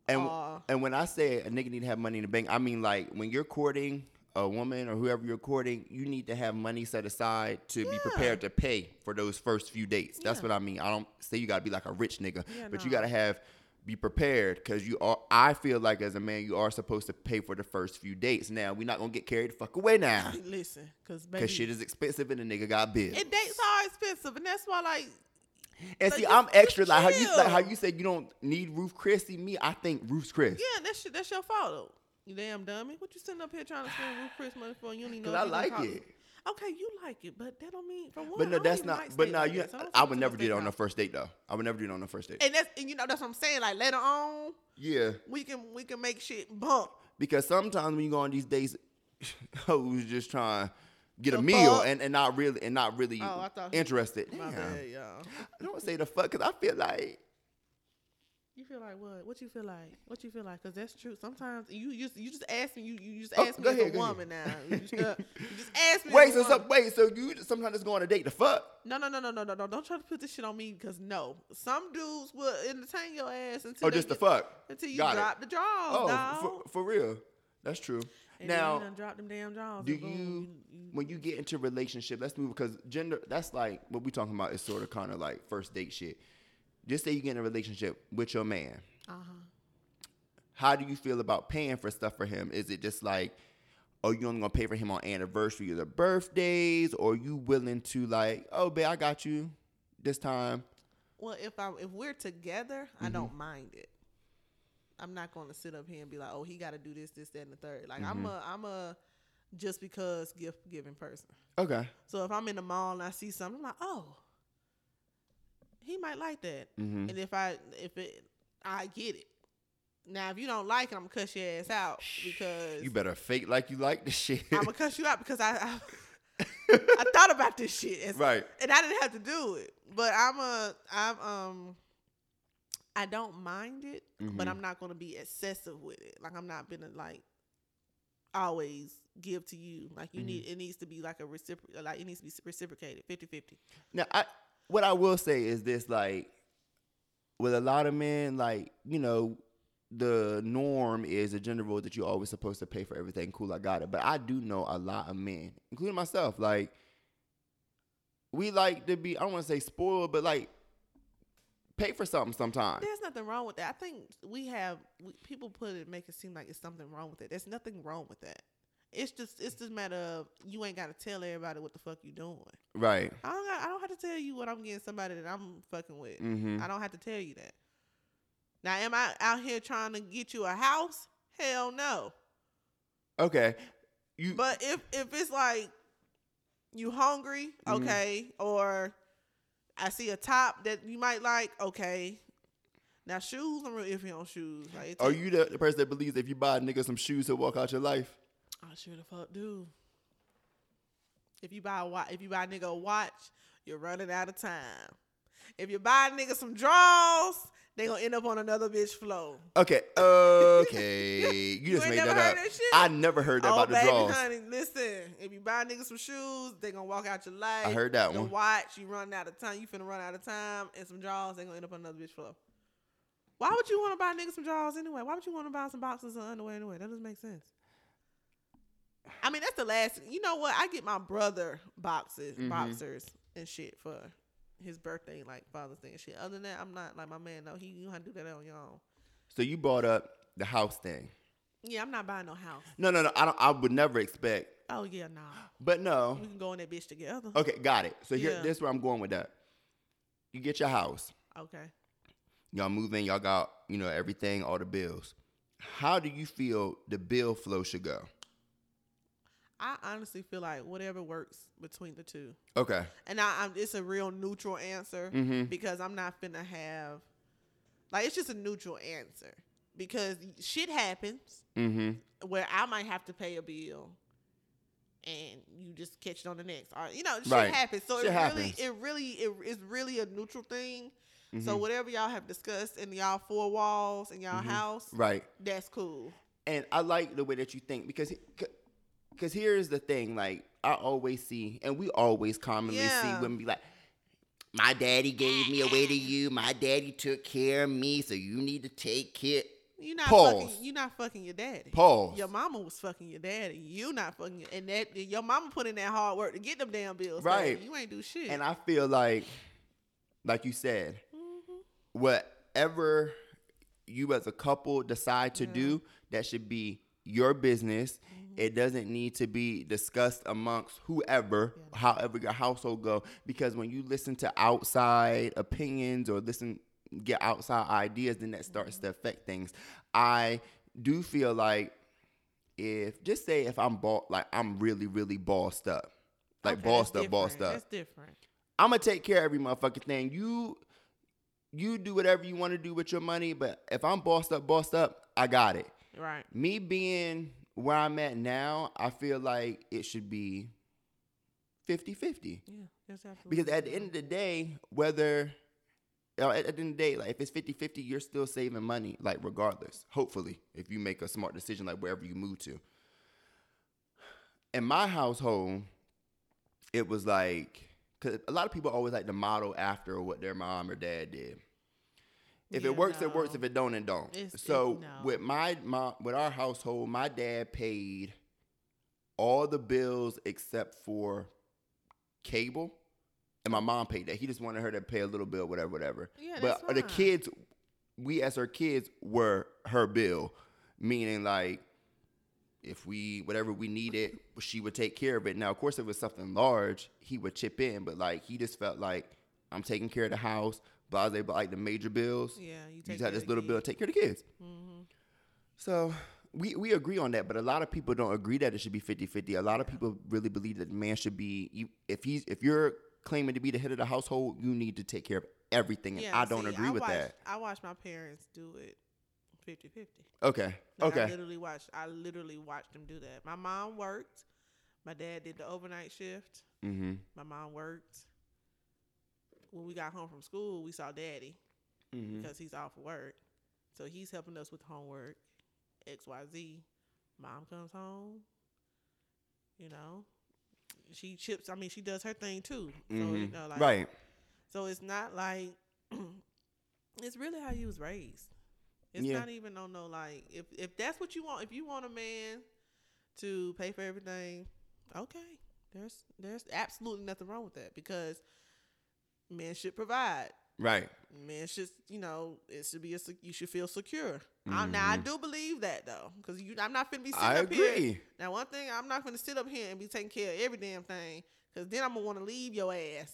[SPEAKER 1] And
[SPEAKER 2] Aw.
[SPEAKER 1] and when I say a nigga need to have money in the bank, I mean like when you're courting a woman or whoever you're courting, you need to have money set aside to be
[SPEAKER 2] Yeah.
[SPEAKER 1] prepared to pay for those first few dates. That's
[SPEAKER 2] Yeah.
[SPEAKER 1] what I mean. I don't say you gotta be like a rich nigga,
[SPEAKER 2] Yeah,
[SPEAKER 1] but you
[SPEAKER 2] no.
[SPEAKER 1] gotta have be prepared because you are. I feel like as a man, you are supposed to pay for the first few dates. Now we're not gonna get carried the fuck away now
[SPEAKER 2] Listen, because baby,
[SPEAKER 1] because shit is expensive and the nigga got bills.
[SPEAKER 2] and dates are expensive, and that's why like
[SPEAKER 1] and
[SPEAKER 2] like,
[SPEAKER 1] see,
[SPEAKER 2] just-
[SPEAKER 1] I'm
[SPEAKER 2] just
[SPEAKER 1] extra. Like how you
[SPEAKER 2] chill.
[SPEAKER 1] like how you said you don't need Ruth Chris. See me, I think Ruth Chris.
[SPEAKER 2] yeah, that's your- that's your fault though. You damn dummy. What you sitting up here trying to spend Ruth Chris money for? You don't even know.
[SPEAKER 1] Cause I
[SPEAKER 2] if you
[SPEAKER 1] like
[SPEAKER 2] gonna
[SPEAKER 1] it.
[SPEAKER 2] talk- Okay, you like it, but that don't mean for one.
[SPEAKER 1] But
[SPEAKER 2] I
[SPEAKER 1] no,
[SPEAKER 2] don't
[SPEAKER 1] that's
[SPEAKER 2] even
[SPEAKER 1] not.
[SPEAKER 2] like
[SPEAKER 1] but
[SPEAKER 2] steak
[SPEAKER 1] no,
[SPEAKER 2] like
[SPEAKER 1] you.
[SPEAKER 2] that, so don't
[SPEAKER 1] I
[SPEAKER 2] sit
[SPEAKER 1] would
[SPEAKER 2] too
[SPEAKER 1] never
[SPEAKER 2] much
[SPEAKER 1] do it
[SPEAKER 2] steak
[SPEAKER 1] on the
[SPEAKER 2] out.
[SPEAKER 1] first date though. I would never do it on the first date.
[SPEAKER 2] And that's and you know that's what I'm saying. Like later on,
[SPEAKER 1] yeah,
[SPEAKER 2] we can we can make shit bump.
[SPEAKER 1] because sometimes when you go on these dates, hoes just trying to get a
[SPEAKER 2] The
[SPEAKER 1] meal
[SPEAKER 2] fuck?
[SPEAKER 1] and, and not really and not really
[SPEAKER 2] Oh, I thought-
[SPEAKER 1] interested.
[SPEAKER 2] My
[SPEAKER 1] Damn.
[SPEAKER 2] bad, y'all.
[SPEAKER 1] I don't say the fuck because I feel like
[SPEAKER 2] You feel like what? What you feel like? What you feel like? Because that's true. Sometimes you just you just ask me. You you just
[SPEAKER 1] Oh,
[SPEAKER 2] ask
[SPEAKER 1] go
[SPEAKER 2] me
[SPEAKER 1] ahead,
[SPEAKER 2] as a
[SPEAKER 1] go ahead.
[SPEAKER 2] woman now. You just, uh, you just ask me.
[SPEAKER 1] Wait,
[SPEAKER 2] as a
[SPEAKER 1] so,
[SPEAKER 2] woman.
[SPEAKER 1] so wait, so you just sometimes just go on a date to fuck?
[SPEAKER 2] No, no, no, no, no, no, no. Don't try to put this shit on me because no. Some dudes will entertain your ass until
[SPEAKER 1] or
[SPEAKER 2] they
[SPEAKER 1] Oh, just to
[SPEAKER 2] get-
[SPEAKER 1] fuck?
[SPEAKER 2] until you
[SPEAKER 1] Got it.
[SPEAKER 2] drop the jaws,
[SPEAKER 1] Oh,
[SPEAKER 2] dawg.
[SPEAKER 1] for, for real, that's true.
[SPEAKER 2] and
[SPEAKER 1] now,
[SPEAKER 2] then you done drop them damn jaws.
[SPEAKER 1] do
[SPEAKER 2] and boom,
[SPEAKER 1] you- when you get into relationship, let's move because gender. That's like what we talking about is sort of kind of like first date shit. Just say you get in a relationship with your man.
[SPEAKER 2] uh-huh.
[SPEAKER 1] How do you feel about paying for stuff for him? Is it just like, oh, you only gonna pay for him on anniversaries or birthdays, or you willing to like, oh, babe, I got you this time.
[SPEAKER 2] Well, if I if we're together, I
[SPEAKER 1] Mm-hmm.
[SPEAKER 2] don't mind it. I'm not going to sit up here and be like, oh, he got to do this, this, that, and the third. Like
[SPEAKER 1] Mm-hmm.
[SPEAKER 2] I'm a I'm a just because gift giving person.
[SPEAKER 1] Okay.
[SPEAKER 2] So if I'm in the mall and I see something, I'm like, oh, he might like that.
[SPEAKER 1] Mm-hmm.
[SPEAKER 2] And if I if it I get it. Now if you don't like it, I'm gonna cuss your ass out because
[SPEAKER 1] You better fake like you like the shit.
[SPEAKER 2] I'm gonna cuss you out because I I, I thought about this shit and,
[SPEAKER 1] right.
[SPEAKER 2] and I didn't have to do it. But I'm a I'm um I don't mind it, but
[SPEAKER 1] Mhm.
[SPEAKER 2] I'm not gonna be excessive with it. Like I'm not gonna like always give to you like you
[SPEAKER 1] Mhm.
[SPEAKER 2] need it needs to be like a recipro like it needs to be reciprocated 50 50
[SPEAKER 1] Now, I what I will say is this: like, with a lot of men, like you know, the norm is the gender role that you're always supposed to pay for everything. Cool, I got it. But I do know a lot of men, including myself, like we like to be. I don't want to say spoiled, but like pay for something sometimes.
[SPEAKER 2] There's nothing wrong with that. I think we have we, people put it make it seem like it's something wrong with it. There's nothing wrong with that. It's just it's just a matter of you ain't got to tell everybody what the fuck you doing.
[SPEAKER 1] Right.
[SPEAKER 2] I don't got, I don't have to tell you what I'm getting somebody that I'm fucking with.
[SPEAKER 1] Mm-hmm.
[SPEAKER 2] I don't have to tell you that. Now am I out here trying to get you a house? Hell no.
[SPEAKER 1] Okay. You.
[SPEAKER 2] But if if it's like you hungry,
[SPEAKER 1] Mhm.
[SPEAKER 2] okay, or I see a top that you might like, okay. Now shoes, I'm real iffy on shoes. Like, it
[SPEAKER 1] are
[SPEAKER 2] take-
[SPEAKER 1] you the, the person that believes if you buy a nigga some shoes, he'll walk out your life?
[SPEAKER 2] I sure the fuck do. If you buy a watch, if you buy a nigga a watch, you're running out of time. If you buy a nigga some draws, they gonna end up on another bitch flow.
[SPEAKER 1] Okay, okay. you just
[SPEAKER 2] ain't
[SPEAKER 1] made
[SPEAKER 2] never
[SPEAKER 1] that
[SPEAKER 2] heard
[SPEAKER 1] up.
[SPEAKER 2] that shit?
[SPEAKER 1] I never heard that
[SPEAKER 2] oh,
[SPEAKER 1] about the
[SPEAKER 2] baby,
[SPEAKER 1] draws.
[SPEAKER 2] honey, listen. If you buy a nigga some shoes, they gonna walk out your life.
[SPEAKER 1] I heard that
[SPEAKER 2] the
[SPEAKER 1] one.
[SPEAKER 2] watch, you running out of time. You finna run out of time, and some draws, they gonna end up on another bitch flow. Why would you want to buy niggas some draws anyway? Why would you want to buy some boxes of underwear anyway? That doesn't make sense. I mean, that's the last. You know what? I get my brother boxes,
[SPEAKER 1] Mhm.
[SPEAKER 2] boxers, and shit for his birthday, like Father's Day and shit. Other than that, I'm not like my man. No, he you have to do that on your own.
[SPEAKER 1] So you brought up the house thing.
[SPEAKER 2] Yeah, I'm not buying no house.
[SPEAKER 1] No, no, no. I don't. I would never expect.
[SPEAKER 2] Oh yeah, nah.
[SPEAKER 1] But no.
[SPEAKER 2] We can go in that bitch together.
[SPEAKER 1] Okay, got it. So here,
[SPEAKER 2] Mm-hmm. Yeah.
[SPEAKER 1] this is where I'm going with that. You get your house.
[SPEAKER 2] Okay.
[SPEAKER 1] Y'all move in. Y'all got you know everything, all the bills. How do you feel the bill flow should go?
[SPEAKER 2] I honestly feel like whatever works between the two,
[SPEAKER 1] Okay.
[SPEAKER 2] and I, I'm it's a real neutral answer
[SPEAKER 1] Mm-hmm.
[SPEAKER 2] because I'm not finna have like it's just a neutral answer because shit happens
[SPEAKER 1] Mm-hmm.
[SPEAKER 2] where I might have to pay a bill and you just catch it on the next or you know shit
[SPEAKER 1] Right.
[SPEAKER 2] happens so
[SPEAKER 1] Shit
[SPEAKER 2] it
[SPEAKER 1] happens.
[SPEAKER 2] really it really it is really a neutral thing so
[SPEAKER 1] Mhm.
[SPEAKER 2] whatever y'all have discussed in y'all four walls in y'all
[SPEAKER 1] Mhm.
[SPEAKER 2] house
[SPEAKER 1] Right.
[SPEAKER 2] that's cool
[SPEAKER 1] and I like the way that you think because because here's the thing like I always see and we always commonly
[SPEAKER 2] Yeah.
[SPEAKER 1] see women be like my daddy gave me away to you my daddy took care of me so you need to take care
[SPEAKER 2] you're not
[SPEAKER 1] Pause.
[SPEAKER 2] fucking you're not fucking your daddy
[SPEAKER 1] pause
[SPEAKER 2] Your mama was fucking your daddy. You not fucking, and that your mama put in that hard work to get them damn bills. So
[SPEAKER 1] Right.
[SPEAKER 2] you ain't do shit.
[SPEAKER 1] and I feel like like you said
[SPEAKER 2] Mhm.
[SPEAKER 1] whatever you as a couple decide to
[SPEAKER 2] Yeah. Mm-hmm.
[SPEAKER 1] do, that should be your business. It doesn't need to be discussed amongst whoever,
[SPEAKER 2] Yeah.
[SPEAKER 1] however your household go. Because when you listen to outside opinions or listen, get outside ideas, then that starts
[SPEAKER 2] Mm-hmm.
[SPEAKER 1] to affect things. I do feel like if just say if I'm bought, like I'm really, really bossed up, like
[SPEAKER 2] Okay,
[SPEAKER 1] bossed
[SPEAKER 2] that's
[SPEAKER 1] up, bossed
[SPEAKER 2] different.
[SPEAKER 1] up.
[SPEAKER 2] That's different.
[SPEAKER 1] I'm gonna take care of every motherfucking thing. You you do whatever you want to do with your money, but if I'm bossed up, bossed up, I got it.
[SPEAKER 2] Right.
[SPEAKER 1] Me being where I'm at now, I feel like it should be 50-50.
[SPEAKER 2] Yeah. That's absolutely
[SPEAKER 1] Because at the end of the day, whether uh, at, at the end of the day, like if it's 50 50, you're still saving money, like regardless, hopefully, if you make a smart decision, like wherever you move to. In my household, it was like, because a lot of people always like to model after what their mom or dad did. If
[SPEAKER 2] Yeah,
[SPEAKER 1] it works,
[SPEAKER 2] no.
[SPEAKER 1] it works. If it don't, it don't.
[SPEAKER 2] It's- it-
[SPEAKER 1] so
[SPEAKER 2] no.
[SPEAKER 1] with my mom, with our household, my dad paid all the bills except for cable, and my mom paid that. He just wanted her to pay a little bill, whatever, whatever.
[SPEAKER 2] Yeah,
[SPEAKER 1] but
[SPEAKER 2] that's
[SPEAKER 1] the
[SPEAKER 2] fine.
[SPEAKER 1] kids, we as her kids were her bill, meaning like if we whatever we needed, she would take care of it. Now, of course, if it was something large, he would chip in, but like he just felt like I'm taking care of the house, blah blah, blah like the major bills.
[SPEAKER 2] Yeah, you
[SPEAKER 1] You
[SPEAKER 2] take
[SPEAKER 1] just had
[SPEAKER 2] care
[SPEAKER 1] this
[SPEAKER 2] of
[SPEAKER 1] little
[SPEAKER 2] the
[SPEAKER 1] bill,
[SPEAKER 2] kids. Mm-hmm.
[SPEAKER 1] take care of the kids. So we, we agree on that, but a lot of people don't agree that it should be 50 50. A lot of people really believe that the man should be, you, if he's if you're claiming to be the head of the household, you need to take care of everything. And I don't
[SPEAKER 2] see,
[SPEAKER 1] agree with
[SPEAKER 2] watched,
[SPEAKER 1] that.
[SPEAKER 2] I watched my parents do it 50 50.
[SPEAKER 1] Okay.
[SPEAKER 2] Like, I
[SPEAKER 1] okay.
[SPEAKER 2] literally watched. I literally watched them do that. My mom worked. My dad did the overnight shift.
[SPEAKER 1] Mm-hmm.
[SPEAKER 2] My mom worked. When we got home from school, we saw daddy
[SPEAKER 1] Mm-hmm.
[SPEAKER 2] because he's off work, so he's helping us with homework, X Y Z. Mom comes home. You know, she chips. I mean, she does her thing too. So, you know, like,
[SPEAKER 1] Mm-hmm. right.
[SPEAKER 2] So it's not like it's really how you was raised. It's
[SPEAKER 1] Yeah.
[SPEAKER 2] not even on no like if if that's what you want. If you want a man to pay for everything, okay. There's there's absolutely nothing wrong with that because men should provide.
[SPEAKER 1] Right.
[SPEAKER 2] Men should you know it should be a sec- you should feel secure. I, now I do believe that though because you I'm not finna be sitting
[SPEAKER 1] Mm-hmm. I
[SPEAKER 2] up here
[SPEAKER 1] agree.
[SPEAKER 2] now, one thing I'm not gonna sit up here and be taking care of every damn thing, cause then I'm gonna want to leave your ass,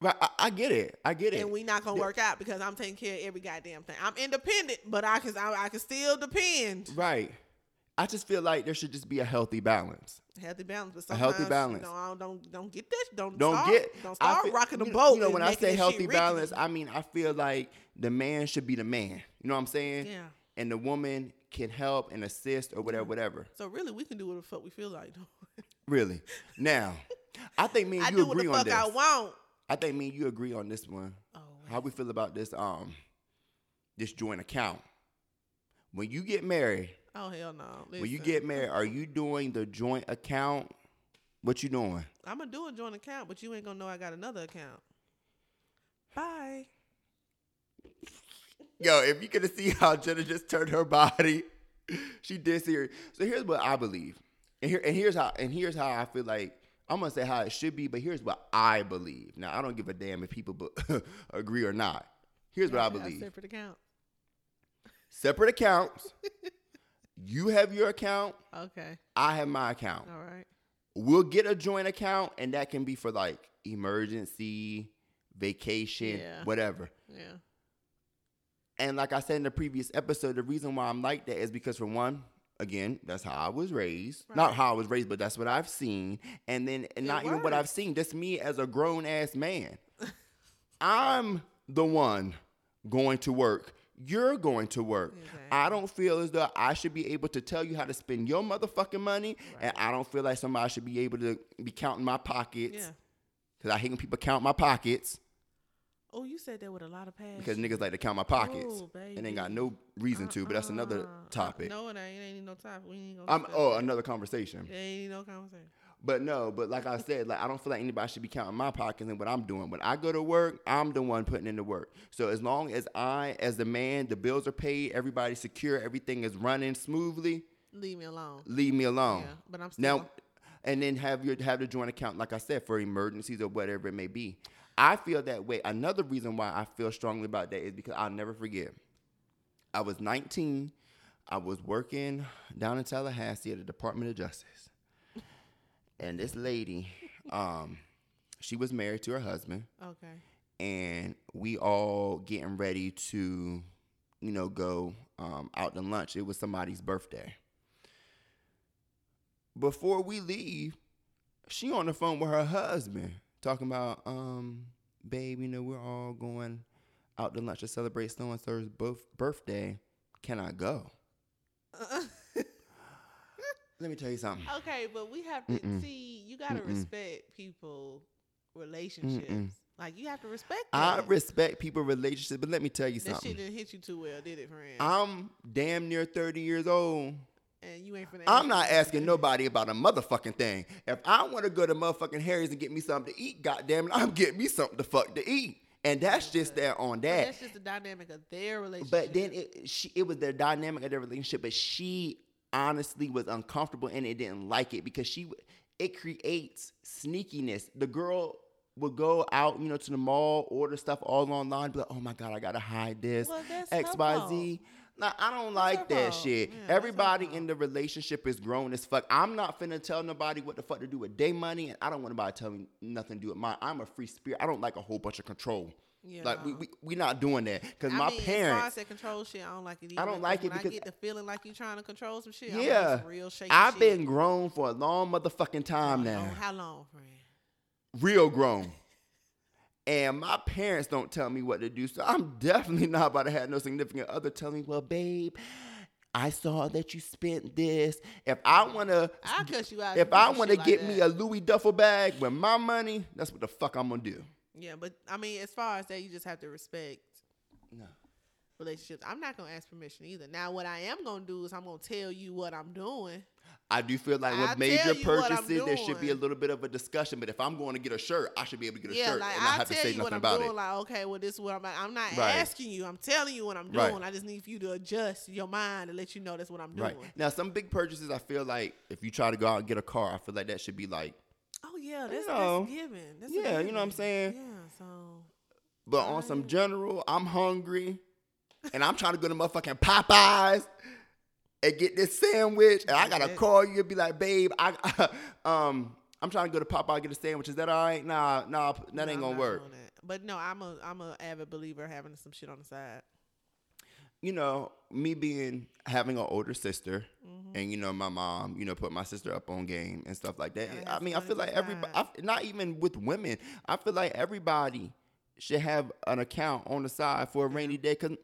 [SPEAKER 1] Right. I, I get it. I get it.
[SPEAKER 2] and we not gonna work out because I'm taking care of every goddamn thing. I'm independent, but I can I, I can still depend.
[SPEAKER 1] right. I just feel like there should just be a healthy balance.
[SPEAKER 2] Healthy balance, but
[SPEAKER 1] A
[SPEAKER 2] sometimes
[SPEAKER 1] healthy balance.
[SPEAKER 2] You know, I don't, don't don't get this. Don't
[SPEAKER 1] Don't
[SPEAKER 2] start,
[SPEAKER 1] get
[SPEAKER 2] don't
[SPEAKER 1] I
[SPEAKER 2] start
[SPEAKER 1] feel-
[SPEAKER 2] rocking the
[SPEAKER 1] you know-
[SPEAKER 2] boat.
[SPEAKER 1] You know,
[SPEAKER 2] and
[SPEAKER 1] when I
[SPEAKER 2] making
[SPEAKER 1] say
[SPEAKER 2] this
[SPEAKER 1] healthy
[SPEAKER 2] shit
[SPEAKER 1] balance,
[SPEAKER 2] rickety.
[SPEAKER 1] I mean I feel like the man should be the man. You know what I'm saying?
[SPEAKER 2] yeah. Mm-hmm.
[SPEAKER 1] And the woman can help and assist or whatever, whatever.
[SPEAKER 2] So really, we can do what the fuck we feel like.
[SPEAKER 1] Really. Now, I think me and
[SPEAKER 2] I
[SPEAKER 1] you
[SPEAKER 2] do what the
[SPEAKER 1] agree on
[SPEAKER 2] fuck
[SPEAKER 1] this.
[SPEAKER 2] I want.
[SPEAKER 1] I think me and you agree on this one.
[SPEAKER 2] Oh,
[SPEAKER 1] How we feel about this um this joint account. When you get married,
[SPEAKER 2] oh hell no!
[SPEAKER 1] when you
[SPEAKER 2] Listen,
[SPEAKER 1] get married, are you doing the joint account? What you doing?
[SPEAKER 2] I'm gonna do a joint account, but you ain't gonna know I got another account. Bye.
[SPEAKER 1] Yo, if you could have seen how Jenna just turned her body, she did see her. So here's what I believe, and here and here's how and here's how I feel like I'm gonna say how it should be, but here's what I believe. Now I don't give a damn if people be- agree or not. Here's what I
[SPEAKER 2] That's a
[SPEAKER 1] believe:
[SPEAKER 2] Separate account.
[SPEAKER 1] separate accounts. you have your account.
[SPEAKER 2] Okay.
[SPEAKER 1] I have my account.
[SPEAKER 2] All right.
[SPEAKER 1] We'll get a joint account, and that can be for like emergency, vacation,
[SPEAKER 2] Yeah.
[SPEAKER 1] whatever.
[SPEAKER 2] Yeah.
[SPEAKER 1] And like I said in the previous episode, the reason why I'm like that is because for one, again, that's how I was raised. Not
[SPEAKER 2] Right.
[SPEAKER 1] how I was raised, but that's what I've seen. And then and
[SPEAKER 2] It
[SPEAKER 1] not even what I've
[SPEAKER 2] works.
[SPEAKER 1] seen, just me as a grown ass man. I'm the one going to work. You're going to work. I don't feel as though I should be able to tell you how to spend your motherfucking money. And I don't feel like somebody should be able to be counting my pockets.
[SPEAKER 2] Yeah.
[SPEAKER 1] Cause I hate when people count my pockets
[SPEAKER 2] Oh, you said that with a lot of passion.
[SPEAKER 1] because niggas like to count my pockets
[SPEAKER 2] Oh,
[SPEAKER 1] and ain't got
[SPEAKER 2] baby.
[SPEAKER 1] no reason to. But that's another
[SPEAKER 2] Uh-uh.
[SPEAKER 1] topic.
[SPEAKER 2] No, it ain't. It ain't no topic. We ain't gonna.
[SPEAKER 1] I'm
[SPEAKER 2] discuss
[SPEAKER 1] oh
[SPEAKER 2] that.
[SPEAKER 1] another conversation.
[SPEAKER 2] It ain't no conversation.
[SPEAKER 1] But no, but like I said, like I don't feel like anybody should be counting my pockets and what I'm doing. When I go to work, I'm the one putting in the work. So as long as I, as the man, the bills are paid, everybody's secure, everything is running smoothly,
[SPEAKER 2] Leave me alone.
[SPEAKER 1] leave me alone.
[SPEAKER 2] Yeah, but I'm still.
[SPEAKER 1] Now, and then have your have the joint account, like I said, for emergencies or whatever it may be. I feel that way. Another reason why I feel strongly about that is because I'll never forget. I was 19. I was working down in Tallahassee at the Department of Justice, and this lady, um, she was married to her husband,
[SPEAKER 2] okay.
[SPEAKER 1] and we all getting ready to, you know, go um, out to lunch. It was somebody's birthday. Before we leave, she on the phone with her husband talking about, um, babe, you know, we're all going out to lunch to celebrate so and so's birthday. Can I go? Let me tell you something.
[SPEAKER 2] okay, but we have to
[SPEAKER 1] Mm-mm.
[SPEAKER 2] see. You gotta
[SPEAKER 1] Mm-mm.
[SPEAKER 2] respect people relationships. Like you have to respect.
[SPEAKER 1] I
[SPEAKER 2] that.
[SPEAKER 1] respect people relationship, but let me tell you
[SPEAKER 2] That shit
[SPEAKER 1] something.
[SPEAKER 2] didn't hit you too well, did it, friend?
[SPEAKER 1] I'm damn near 30 years old.
[SPEAKER 2] and you ain't finna.
[SPEAKER 1] I'm
[SPEAKER 2] ask
[SPEAKER 1] not
[SPEAKER 2] me.
[SPEAKER 1] asking nobody about a motherfucking thing. If I want to go to motherfucking Harry's and get me something to eat, goddamn it, I'm getting me something to fuck to eat. And that's just there on
[SPEAKER 2] But
[SPEAKER 1] that.
[SPEAKER 2] That's just the dynamic of their relationship.
[SPEAKER 1] But then it she it was the dynamic of their relationship, but she honestly was uncomfortable and it didn't like it because she w- it creates sneakiness. The girl would go out, you know, to the mall, order stuff all online, be like, oh my god, I gotta hide this.
[SPEAKER 2] Well, that's her
[SPEAKER 1] X, Y, Z. Nah, I don't like
[SPEAKER 2] her
[SPEAKER 1] that
[SPEAKER 2] fault.
[SPEAKER 1] shit.
[SPEAKER 2] Yeah, that's her
[SPEAKER 1] Everybody
[SPEAKER 2] fault.
[SPEAKER 1] in the relationship is grown as fuck. I'm not finna tell nobody what the fuck to do with their money, and I don't want nobody telling me nothing to do with mine. I'm a free spirit. I don't like a whole bunch of control.
[SPEAKER 2] yeah.
[SPEAKER 1] Like we we we not doing that because
[SPEAKER 2] I
[SPEAKER 1] my
[SPEAKER 2] mean, As far
[SPEAKER 1] parents.
[SPEAKER 2] as that control shit, I don't like it. Either,
[SPEAKER 1] don't like it
[SPEAKER 2] when
[SPEAKER 1] because-
[SPEAKER 2] I get the feeling like you trying to control some shit. I'm like,
[SPEAKER 1] Yeah.
[SPEAKER 2] "This real shaky.
[SPEAKER 1] I've
[SPEAKER 2] shit.
[SPEAKER 1] been grown for a long motherfucking time
[SPEAKER 2] Like, oh,
[SPEAKER 1] now.
[SPEAKER 2] How long, friend?
[SPEAKER 1] Real grown. And my parents don't tell me what to do. So I'm definitely not about to have no significant other telling me, well, babe, I saw that you spent this. If I wanna
[SPEAKER 2] I'll cuss you out.
[SPEAKER 1] if
[SPEAKER 2] you do
[SPEAKER 1] I
[SPEAKER 2] some
[SPEAKER 1] wanna
[SPEAKER 2] shit like
[SPEAKER 1] get
[SPEAKER 2] that.
[SPEAKER 1] me a Louis duffel bag with my money, that's what the fuck I'm gonna do.
[SPEAKER 2] yeah, but I mean, as far as that, you just have to respect
[SPEAKER 1] No.
[SPEAKER 2] relationships. I'm not gonna ask permission either. Now, what I am gonna do is I'm gonna tell you what I'm doing.
[SPEAKER 1] I do feel like
[SPEAKER 2] I'll
[SPEAKER 1] with major
[SPEAKER 2] tell you what I'm
[SPEAKER 1] purchases, there should be a
[SPEAKER 2] doing.
[SPEAKER 1] little bit of a discussion. But if I'm going to get a shirt, I should be able to get a
[SPEAKER 2] yeah,
[SPEAKER 1] shirt
[SPEAKER 2] like
[SPEAKER 1] and
[SPEAKER 2] I'll
[SPEAKER 1] not have to
[SPEAKER 2] tell
[SPEAKER 1] say
[SPEAKER 2] you what
[SPEAKER 1] nothing
[SPEAKER 2] I'm
[SPEAKER 1] about
[SPEAKER 2] doing.
[SPEAKER 1] it.
[SPEAKER 2] Like, okay, well, this is what I'm. I'm not
[SPEAKER 1] Right.
[SPEAKER 2] asking you. I'm telling you what I'm
[SPEAKER 1] Right.
[SPEAKER 2] doing. I just need for you to adjust your mind and let you know that's what I'm doing.
[SPEAKER 1] Right. Now, some big purchases, I feel like if you try to go out and get a car, I feel like that should be like,
[SPEAKER 2] Oh yeah,
[SPEAKER 1] You
[SPEAKER 2] that's,
[SPEAKER 1] know.
[SPEAKER 2] that's given. That's a
[SPEAKER 1] Yeah, you know what I'm
[SPEAKER 2] given.
[SPEAKER 1] saying?
[SPEAKER 2] Yeah, so
[SPEAKER 1] but on some general, I'm hungry and I'm trying to go to motherfucking Popeyes and get this sandwich. And I got to
[SPEAKER 2] Yeah.
[SPEAKER 1] call you and be like, babe, I, um, I'm trying to go to Popeye and get a sandwich. Is that all right? Nah, nah, p- that
[SPEAKER 2] no,
[SPEAKER 1] ain't
[SPEAKER 2] I'm
[SPEAKER 1] gonna
[SPEAKER 2] not
[SPEAKER 1] work.
[SPEAKER 2] doing that. But no, I'm a I'm a avid believer of having some shit on the side.
[SPEAKER 1] You know, me being having an older sister,
[SPEAKER 2] Mm-hmm.
[SPEAKER 1] and you know, my mom, you know, put my sister up on game and stuff like that.
[SPEAKER 2] Gotta
[SPEAKER 1] I
[SPEAKER 2] have
[SPEAKER 1] mean, I
[SPEAKER 2] somebody
[SPEAKER 1] feel
[SPEAKER 2] on
[SPEAKER 1] like
[SPEAKER 2] your
[SPEAKER 1] everybody,
[SPEAKER 2] side.
[SPEAKER 1] not even with women, I feel like everybody should have an account on the side for a rainy day because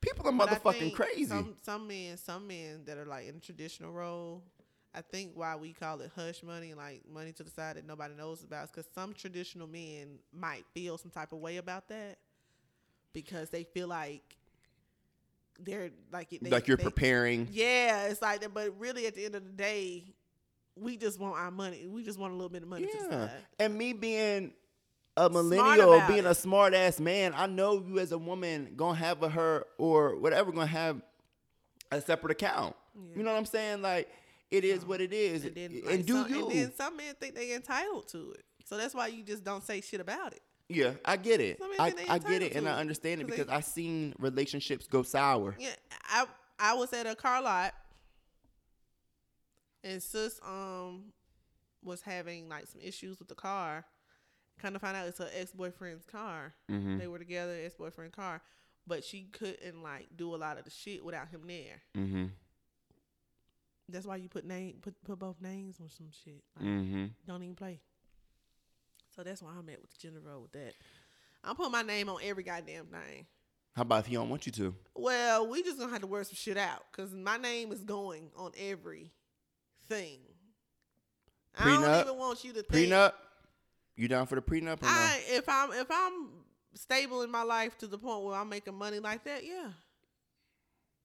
[SPEAKER 1] people are
[SPEAKER 2] But I
[SPEAKER 1] motherfucking
[SPEAKER 2] think
[SPEAKER 1] crazy.
[SPEAKER 2] Some some men, some men that are like in the traditional role. I think why we call it hush money, like money to the side that nobody knows about, is because some traditional men might feel some type of way about that because they feel like they're like it- they,
[SPEAKER 1] like you're
[SPEAKER 2] they-
[SPEAKER 1] preparing.
[SPEAKER 2] Yeah, it's like that. But really, at the end of the day, we just want our money. We just want a little bit of money to the
[SPEAKER 1] Yeah.
[SPEAKER 2] side.
[SPEAKER 1] And me being a millennial,
[SPEAKER 2] about
[SPEAKER 1] being
[SPEAKER 2] it.
[SPEAKER 1] a smart ass man, I know you as a woman gonna have a her or whatever gonna have a separate account.
[SPEAKER 2] Yeah.
[SPEAKER 1] You know what I'm saying? Like it is
[SPEAKER 2] Yeah.
[SPEAKER 1] what it is.
[SPEAKER 2] And
[SPEAKER 1] And,
[SPEAKER 2] then, like,
[SPEAKER 1] do
[SPEAKER 2] some,
[SPEAKER 1] you?
[SPEAKER 2] And then some men think they entitled to it, so that's why you just don't say shit about it.
[SPEAKER 1] yeah, I get it.
[SPEAKER 2] Some men
[SPEAKER 1] I,
[SPEAKER 2] think they
[SPEAKER 1] I get
[SPEAKER 2] entitled
[SPEAKER 1] it and
[SPEAKER 2] to
[SPEAKER 1] I
[SPEAKER 2] it,
[SPEAKER 1] understand it
[SPEAKER 2] 'cause
[SPEAKER 1] because
[SPEAKER 2] they-
[SPEAKER 1] I seen relationships go sour.
[SPEAKER 2] Yeah, I I was at a car lot, and sis um was having like some issues with the car. Kind of find out it's her ex boyfriend's car.
[SPEAKER 1] Mm-hmm.
[SPEAKER 2] They were together, ex boyfriend car, but she couldn't like do a lot of the shit without him there.
[SPEAKER 1] Mm-hmm.
[SPEAKER 2] That's why you put name put put both names on some shit. Like,
[SPEAKER 1] Mm-hmm.
[SPEAKER 2] Don't even play. So that's why I'm at with the general with that. I'm putting my name on every goddamn thing.
[SPEAKER 1] How about if he don't want you to?
[SPEAKER 2] Well, we just gonna have to work some shit out because my name is going on every thing. I
[SPEAKER 1] Prenup?
[SPEAKER 2] don't even want you to think.
[SPEAKER 1] Prenup? You down for the prenup or no?
[SPEAKER 2] I if I'm if I'm stable in my life to the point where I'm making money like that, yeah.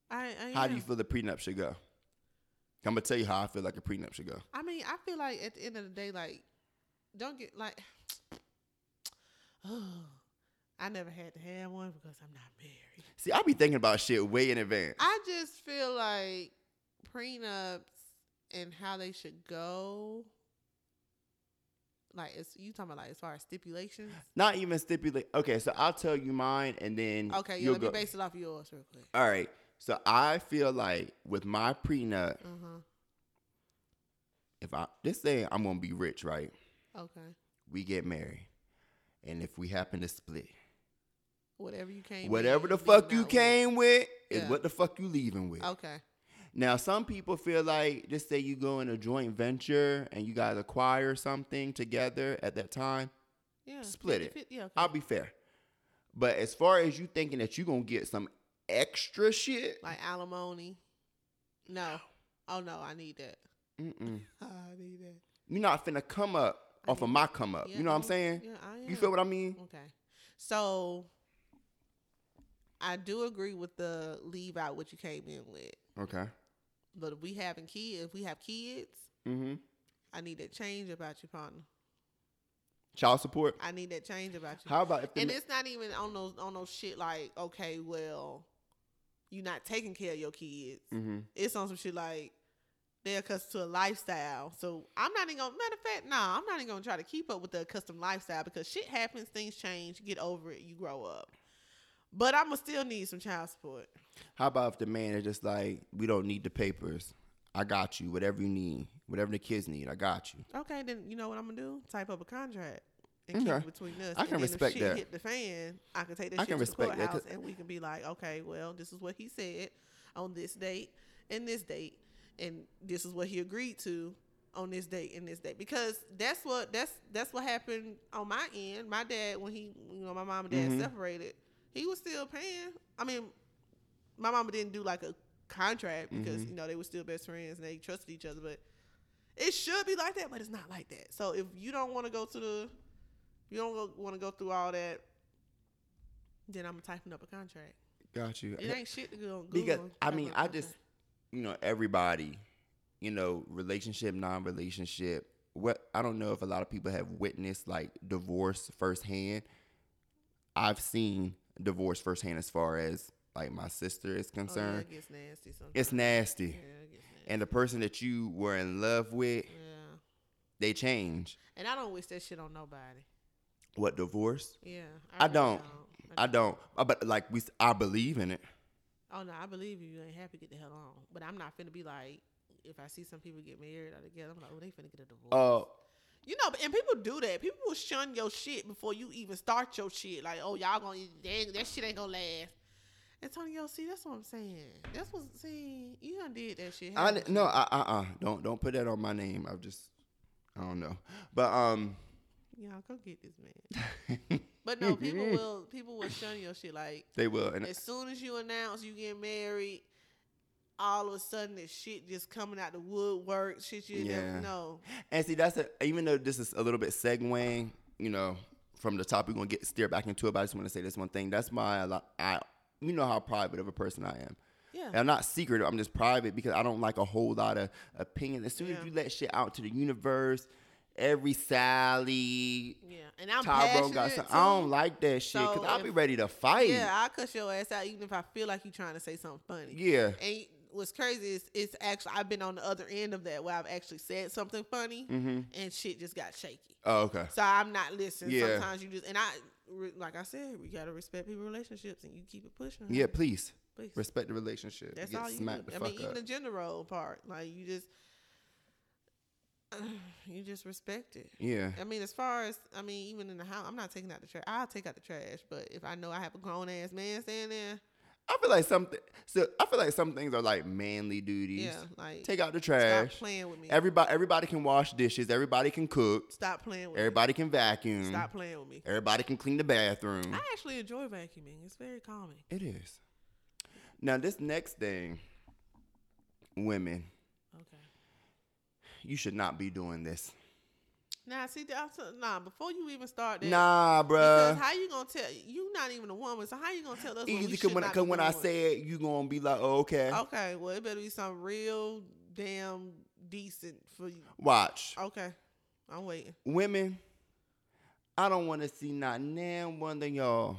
[SPEAKER 2] I, I
[SPEAKER 1] How do
[SPEAKER 2] am.
[SPEAKER 1] you feel the prenup should go? I'm gonna tell you how I feel like a prenup should go.
[SPEAKER 2] I mean, I feel like at the end of the day, like, don't get like, I never had to have one because I'm not married.
[SPEAKER 1] See, I be thinking about shit way in advance.
[SPEAKER 2] I just feel like prenups and how they should go. Like, it's you talking about like as far as stipulations?
[SPEAKER 1] Not even stipulate. Okay, so I'll tell you mine, and then
[SPEAKER 2] Okay, yeah,
[SPEAKER 1] you'll
[SPEAKER 2] let me
[SPEAKER 1] go.
[SPEAKER 2] base it off of yours real quick.
[SPEAKER 1] All right. So I feel like with my prenup,
[SPEAKER 2] Uh huh.
[SPEAKER 1] if I this saying I'm gonna be rich, right?
[SPEAKER 2] Okay,
[SPEAKER 1] We get married, and if we happen to split,
[SPEAKER 2] whatever you came. in,
[SPEAKER 1] whatever the
[SPEAKER 2] leave
[SPEAKER 1] fuck you
[SPEAKER 2] out with.
[SPEAKER 1] came with is
[SPEAKER 2] Yeah. Oh.
[SPEAKER 1] what the fuck you leaving with.
[SPEAKER 2] Okay.
[SPEAKER 1] Now, some people feel like just say you go in a joint venture and you guys acquire something together at that time.
[SPEAKER 2] Yeah.
[SPEAKER 1] Split it.
[SPEAKER 2] 50, Yeah. Okay.
[SPEAKER 1] I'll be fair. But as far as you thinking that you gonna get some extra shit,
[SPEAKER 2] like alimony. No. Oh no, I need that.
[SPEAKER 1] mm-mm.
[SPEAKER 2] I need that.
[SPEAKER 1] you're not finna come up off of my come up.
[SPEAKER 2] Yeah,
[SPEAKER 1] Uh, you know what I'm
[SPEAKER 2] I-
[SPEAKER 1] saying?
[SPEAKER 2] Yeah, I
[SPEAKER 1] You
[SPEAKER 2] am.
[SPEAKER 1] feel what I mean?
[SPEAKER 2] Okay. So I do agree with the leave out what you came in with.
[SPEAKER 1] Okay.
[SPEAKER 2] But if we having kids, if we have kids,
[SPEAKER 1] Mm-hmm.
[SPEAKER 2] I need that change about you, partner.
[SPEAKER 1] Child support.
[SPEAKER 2] I need that change about you.
[SPEAKER 1] How about if the
[SPEAKER 2] and
[SPEAKER 1] ma-
[SPEAKER 2] it's not even on those on those shit like, okay, well, you're not taking care of your kids.
[SPEAKER 1] Mhm.
[SPEAKER 2] It's on some shit like they're accustomed to a lifestyle. So I'm not even gonna matter of fact, nah, I'm not even gonna try to keep up with the accustomed lifestyle because shit happens, things change, you get over it, you grow up. But I'ma still need some child support.
[SPEAKER 1] How about if the man is just like, we don't need the papers. I got you. Whatever you need, whatever the kids need, I got you.
[SPEAKER 2] Okay, then you know what I'm gonna do? Type up a contract and
[SPEAKER 1] Okay.
[SPEAKER 2] keep it between us.
[SPEAKER 1] I
[SPEAKER 2] And
[SPEAKER 1] can
[SPEAKER 2] then if
[SPEAKER 1] respect
[SPEAKER 2] shit
[SPEAKER 1] that.
[SPEAKER 2] Hit the fan. I can take that
[SPEAKER 1] I
[SPEAKER 2] shit
[SPEAKER 1] can
[SPEAKER 2] to
[SPEAKER 1] respect that,
[SPEAKER 2] the courthouse
[SPEAKER 1] 'cause-
[SPEAKER 2] and we can be like, okay, well, this is what he said on this date and this date, and this is what he agreed to on this date and this date because that's what that's that's what happened on my end. My dad when he you know my mom and dad
[SPEAKER 1] Mhm.
[SPEAKER 2] separated, he was still paying. I mean, my mama didn't do like a contract because
[SPEAKER 1] Mhm.
[SPEAKER 2] you know they were still best friends and they trusted each other, but it should be like that, but it's not like that. So if you don't want to go to the, you don't want to go through all that, then I'm typing up a contract.
[SPEAKER 1] Got you.
[SPEAKER 2] It ain't shit to go on Google.
[SPEAKER 1] because
[SPEAKER 2] and
[SPEAKER 1] I
[SPEAKER 2] type
[SPEAKER 1] mean,
[SPEAKER 2] up a
[SPEAKER 1] I just,
[SPEAKER 2] contract.
[SPEAKER 1] you know, everybody, you know, relationship, non-relationship. What I don't know if a lot of people have witnessed like divorce firsthand. I've seen divorce firsthand as far as like my sister is
[SPEAKER 2] Oh, yeah,
[SPEAKER 1] concerned.
[SPEAKER 2] it gets nasty sometimes.
[SPEAKER 1] It's nasty,
[SPEAKER 2] Yeah, it gets nasty.
[SPEAKER 1] and the person that you were in love with,
[SPEAKER 2] yeah.
[SPEAKER 1] they change.
[SPEAKER 2] And I don't wish that shit on nobody.
[SPEAKER 1] What divorce?
[SPEAKER 2] Yeah.
[SPEAKER 1] I
[SPEAKER 2] really
[SPEAKER 1] don't.
[SPEAKER 2] I
[SPEAKER 1] I don't. Uh, But like we, s- I believe in it.
[SPEAKER 2] Oh no, I believe you. You ain't happy. Get the hell on. But I'm not finna be like, if I see some people get married or together, I'm like, oh, they finna get a divorce.
[SPEAKER 1] Uh,
[SPEAKER 2] You know, and people do that. People will shun your shit before you even start your shit. Like, oh, y'all gonna dang, that shit ain't gonna last. Antonio, see, that's what I'm saying. That's what see, you done did that shit.
[SPEAKER 1] I
[SPEAKER 2] haven't
[SPEAKER 1] di- no,
[SPEAKER 2] you?
[SPEAKER 1] uh, uh, uh, don't don't put that on my name. I've just, I don't know. But um,
[SPEAKER 2] y'all go get this man. but no, people will people will shun your shit. Like,
[SPEAKER 1] they will. And
[SPEAKER 2] as soon as you announce you get married, all of a sudden this shit just coming out the woodwork, shit you
[SPEAKER 1] Yeah.
[SPEAKER 2] never know.
[SPEAKER 1] and see, that's a, even though this is a little bit segueing, you know, from the topic, we're gonna get steer back into it. But I just want to say this one thing. That's my li- I. You know how private of a person I am.
[SPEAKER 2] Yeah.
[SPEAKER 1] And I'm not secretive. I'm just private because I don't like a whole lot of opinion. As soon
[SPEAKER 2] Yeah.
[SPEAKER 1] as you let shit out to the universe, every Sally,
[SPEAKER 2] yeah. And I'm
[SPEAKER 1] Tyrone got
[SPEAKER 2] passionate,
[SPEAKER 1] something.
[SPEAKER 2] too.
[SPEAKER 1] I don't like that shit because
[SPEAKER 2] So
[SPEAKER 1] I'll
[SPEAKER 2] if-
[SPEAKER 1] be ready to fight.
[SPEAKER 2] Yeah,
[SPEAKER 1] Yeah.
[SPEAKER 2] I'll cuss your ass out even if I feel like you trying to say something funny. And what's crazy is it's actually I've been on the other end of that where I've actually said something funny
[SPEAKER 1] Mm-hmm.
[SPEAKER 2] and shit just got shaky.
[SPEAKER 1] Oh, okay.
[SPEAKER 2] So I'm not listening.
[SPEAKER 1] Yeah.
[SPEAKER 2] Sometimes you just and I re- like I said, we gotta respect people relationships and you keep it pushing.
[SPEAKER 1] Yeah, please
[SPEAKER 2] Please.
[SPEAKER 1] respect the relationship.
[SPEAKER 2] That's
[SPEAKER 1] you get
[SPEAKER 2] all you.
[SPEAKER 1] smacked
[SPEAKER 2] do.
[SPEAKER 1] the
[SPEAKER 2] I
[SPEAKER 1] fuck
[SPEAKER 2] mean, even
[SPEAKER 1] up.
[SPEAKER 2] the gender role part, like you just you just respect it.
[SPEAKER 1] yeah.
[SPEAKER 2] I mean, as far as I mean, even in the house, I'm not taking out the trash. I'll take out the trash, but if I know I have a grown ass man standing there,
[SPEAKER 1] I feel like something. So I feel like some things are like manly duties.
[SPEAKER 2] yeah, like
[SPEAKER 1] Take out the
[SPEAKER 2] stop
[SPEAKER 1] trash.
[SPEAKER 2] playing with me.
[SPEAKER 1] Everybody, everybody can wash dishes. Everybody can cook.
[SPEAKER 2] stop playing with
[SPEAKER 1] Everybody can vacuum.
[SPEAKER 2] me. Stop playing Ah. with me.
[SPEAKER 1] Everybody can clean the bathroom.
[SPEAKER 2] I actually enjoy vacuuming. It's very calming.
[SPEAKER 1] It is. Now this next thing, women,
[SPEAKER 2] Okay.
[SPEAKER 1] you should not be doing this.
[SPEAKER 2] Now, see, that's a- nah. Before you even start that,
[SPEAKER 1] Nah,
[SPEAKER 2] because
[SPEAKER 1] bruh.
[SPEAKER 2] how you gonna tell? You not even a woman, so how you gonna tell us? what we
[SPEAKER 1] Easy, because
[SPEAKER 2] should
[SPEAKER 1] when,
[SPEAKER 2] not
[SPEAKER 1] cause
[SPEAKER 2] be
[SPEAKER 1] when I
[SPEAKER 2] doing?
[SPEAKER 1] say it, you gonna be like, oh, okay.
[SPEAKER 2] okay, well, it better be something real damn decent for you.
[SPEAKER 1] Watch.
[SPEAKER 2] Okay, I'm waiting.
[SPEAKER 1] women, I don't want to see not nan one of y'all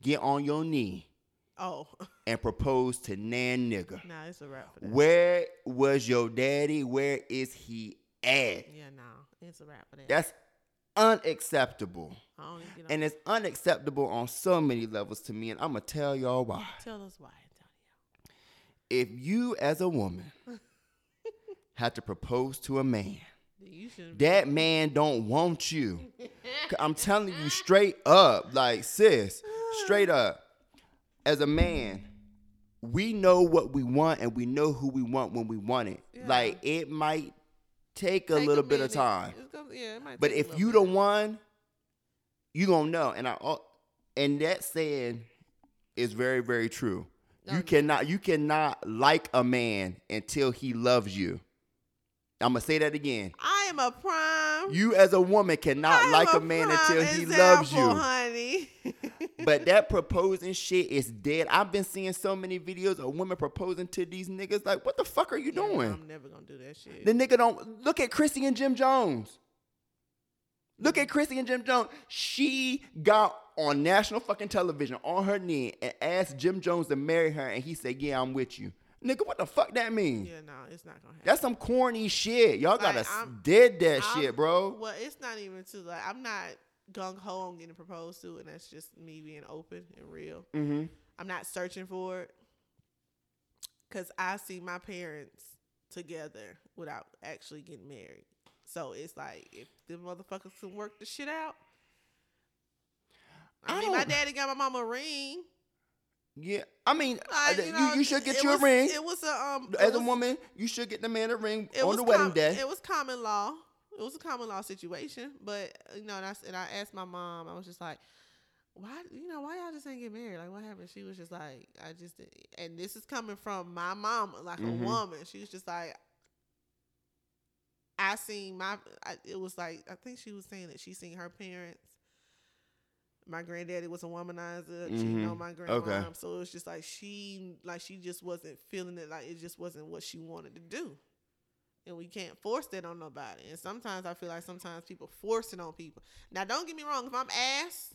[SPEAKER 1] get on your knee
[SPEAKER 2] Oh,
[SPEAKER 1] and propose to nan nigga.
[SPEAKER 2] nah, it's a wrap for that.
[SPEAKER 1] Where was your daddy? Where is he at?
[SPEAKER 2] yeah, nah, it's a wrap for that.
[SPEAKER 1] That's unacceptable.
[SPEAKER 2] I don't even get on.
[SPEAKER 1] And it's unacceptable on so many levels to me. And I'm going to tell y'all why.
[SPEAKER 2] tell us why,
[SPEAKER 1] If you, as a woman, had to propose to a man,
[SPEAKER 2] Antonio. You shouldn't. be-
[SPEAKER 1] that man don't want you. I'm telling you straight up, like sis, straight up. As a man, we know what we want and we know who we want when we want it.
[SPEAKER 2] Yeah.
[SPEAKER 1] Like it might take a
[SPEAKER 2] Take
[SPEAKER 1] little bit of
[SPEAKER 2] minute.
[SPEAKER 1] time,
[SPEAKER 2] It's gonna- yeah, it might
[SPEAKER 1] but
[SPEAKER 2] take a
[SPEAKER 1] if
[SPEAKER 2] little
[SPEAKER 1] you
[SPEAKER 2] bit.
[SPEAKER 1] the one, you gonna know. And I al- and that saying is very very true.
[SPEAKER 2] Oh,
[SPEAKER 1] you
[SPEAKER 2] yeah.
[SPEAKER 1] cannot you cannot like a man until he loves you. I'm gonna say that again.
[SPEAKER 2] I am a prime.
[SPEAKER 1] You as a woman cannot
[SPEAKER 2] I am
[SPEAKER 1] like a man
[SPEAKER 2] prime
[SPEAKER 1] until he
[SPEAKER 2] example,
[SPEAKER 1] loves you.
[SPEAKER 2] honey.
[SPEAKER 1] But that proposing shit is dead. I've been seeing so many videos of women proposing to these niggas. Like, what the fuck are you
[SPEAKER 2] Yeah,
[SPEAKER 1] doing?
[SPEAKER 2] I'm never gonna do that shit.
[SPEAKER 1] The nigga don't look at Chrissy and Jim Jones. Look at Chrissy and Jim Jones. She got on national fucking television on her knee and asked Jim Jones to marry her, and he said, "Yeah, I'm with you." Nigga, what the fuck that mean?
[SPEAKER 2] yeah, no, it's not gonna happen.
[SPEAKER 1] That's some corny shit. Y'all gotta
[SPEAKER 2] Like,
[SPEAKER 1] s-
[SPEAKER 2] I'm-
[SPEAKER 1] did that
[SPEAKER 2] I'm-
[SPEAKER 1] shit, bro.
[SPEAKER 2] Well, it's not even too like I'm not gung ho on getting proposed to, and that's just me being open and real.
[SPEAKER 1] Mm-hmm.
[SPEAKER 2] I'm not searching for it because I see my parents together without actually getting married. So it's like if the motherfuckers can work the shit out. I,
[SPEAKER 1] I
[SPEAKER 2] mean, my
[SPEAKER 1] don't-
[SPEAKER 2] daddy got my mama a ring.
[SPEAKER 1] Yeah, I mean,
[SPEAKER 2] Like,
[SPEAKER 1] uh,
[SPEAKER 2] you,
[SPEAKER 1] you,
[SPEAKER 2] know,
[SPEAKER 1] you should get
[SPEAKER 2] it
[SPEAKER 1] your
[SPEAKER 2] was-
[SPEAKER 1] ring
[SPEAKER 2] It was a um it
[SPEAKER 1] as a
[SPEAKER 2] was-
[SPEAKER 1] woman. You should get the man a ring
[SPEAKER 2] it
[SPEAKER 1] on
[SPEAKER 2] was
[SPEAKER 1] the wedding
[SPEAKER 2] com-
[SPEAKER 1] day.
[SPEAKER 2] It was common law. It was a common law situation, but you know, and I, s- and I asked my mom. I was just like, "Why, you know, why y'all just ain't get married? Like, what happened?" She was just like, "I just," didn't. and this is coming from my mom, like
[SPEAKER 1] Mhm.
[SPEAKER 2] a woman. She was just like, "I seen my." I, it was like I think she was saying that she seen her parents. My granddaddy was a womanizer. She know
[SPEAKER 1] Mhm.
[SPEAKER 2] my grandma,
[SPEAKER 1] Okay.
[SPEAKER 2] so it was just like she, like she just wasn't feeling it. Like it just wasn't what she wanted to do and we can't force that on nobody. And sometimes I feel like sometimes people force it on people. Now, don't get me wrong. If I'm asked,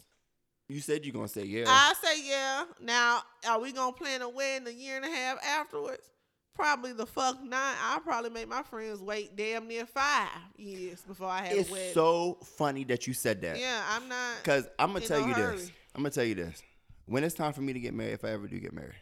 [SPEAKER 1] you said you're gonna say yeah.
[SPEAKER 2] I say yeah. Now, are we gonna plan a wedding a year and a half afterwards? Probably the fuck not. I'll probably make my friends wait damn near five years before I have
[SPEAKER 1] it's
[SPEAKER 2] a wedding.
[SPEAKER 1] so funny that you said that.
[SPEAKER 2] yeah, I'm not.
[SPEAKER 1] Cause I'm gonna
[SPEAKER 2] In
[SPEAKER 1] tell
[SPEAKER 2] no
[SPEAKER 1] you this.
[SPEAKER 2] hurry.
[SPEAKER 1] I'm gonna tell you this. When it's time for me to get married, if I ever do get married,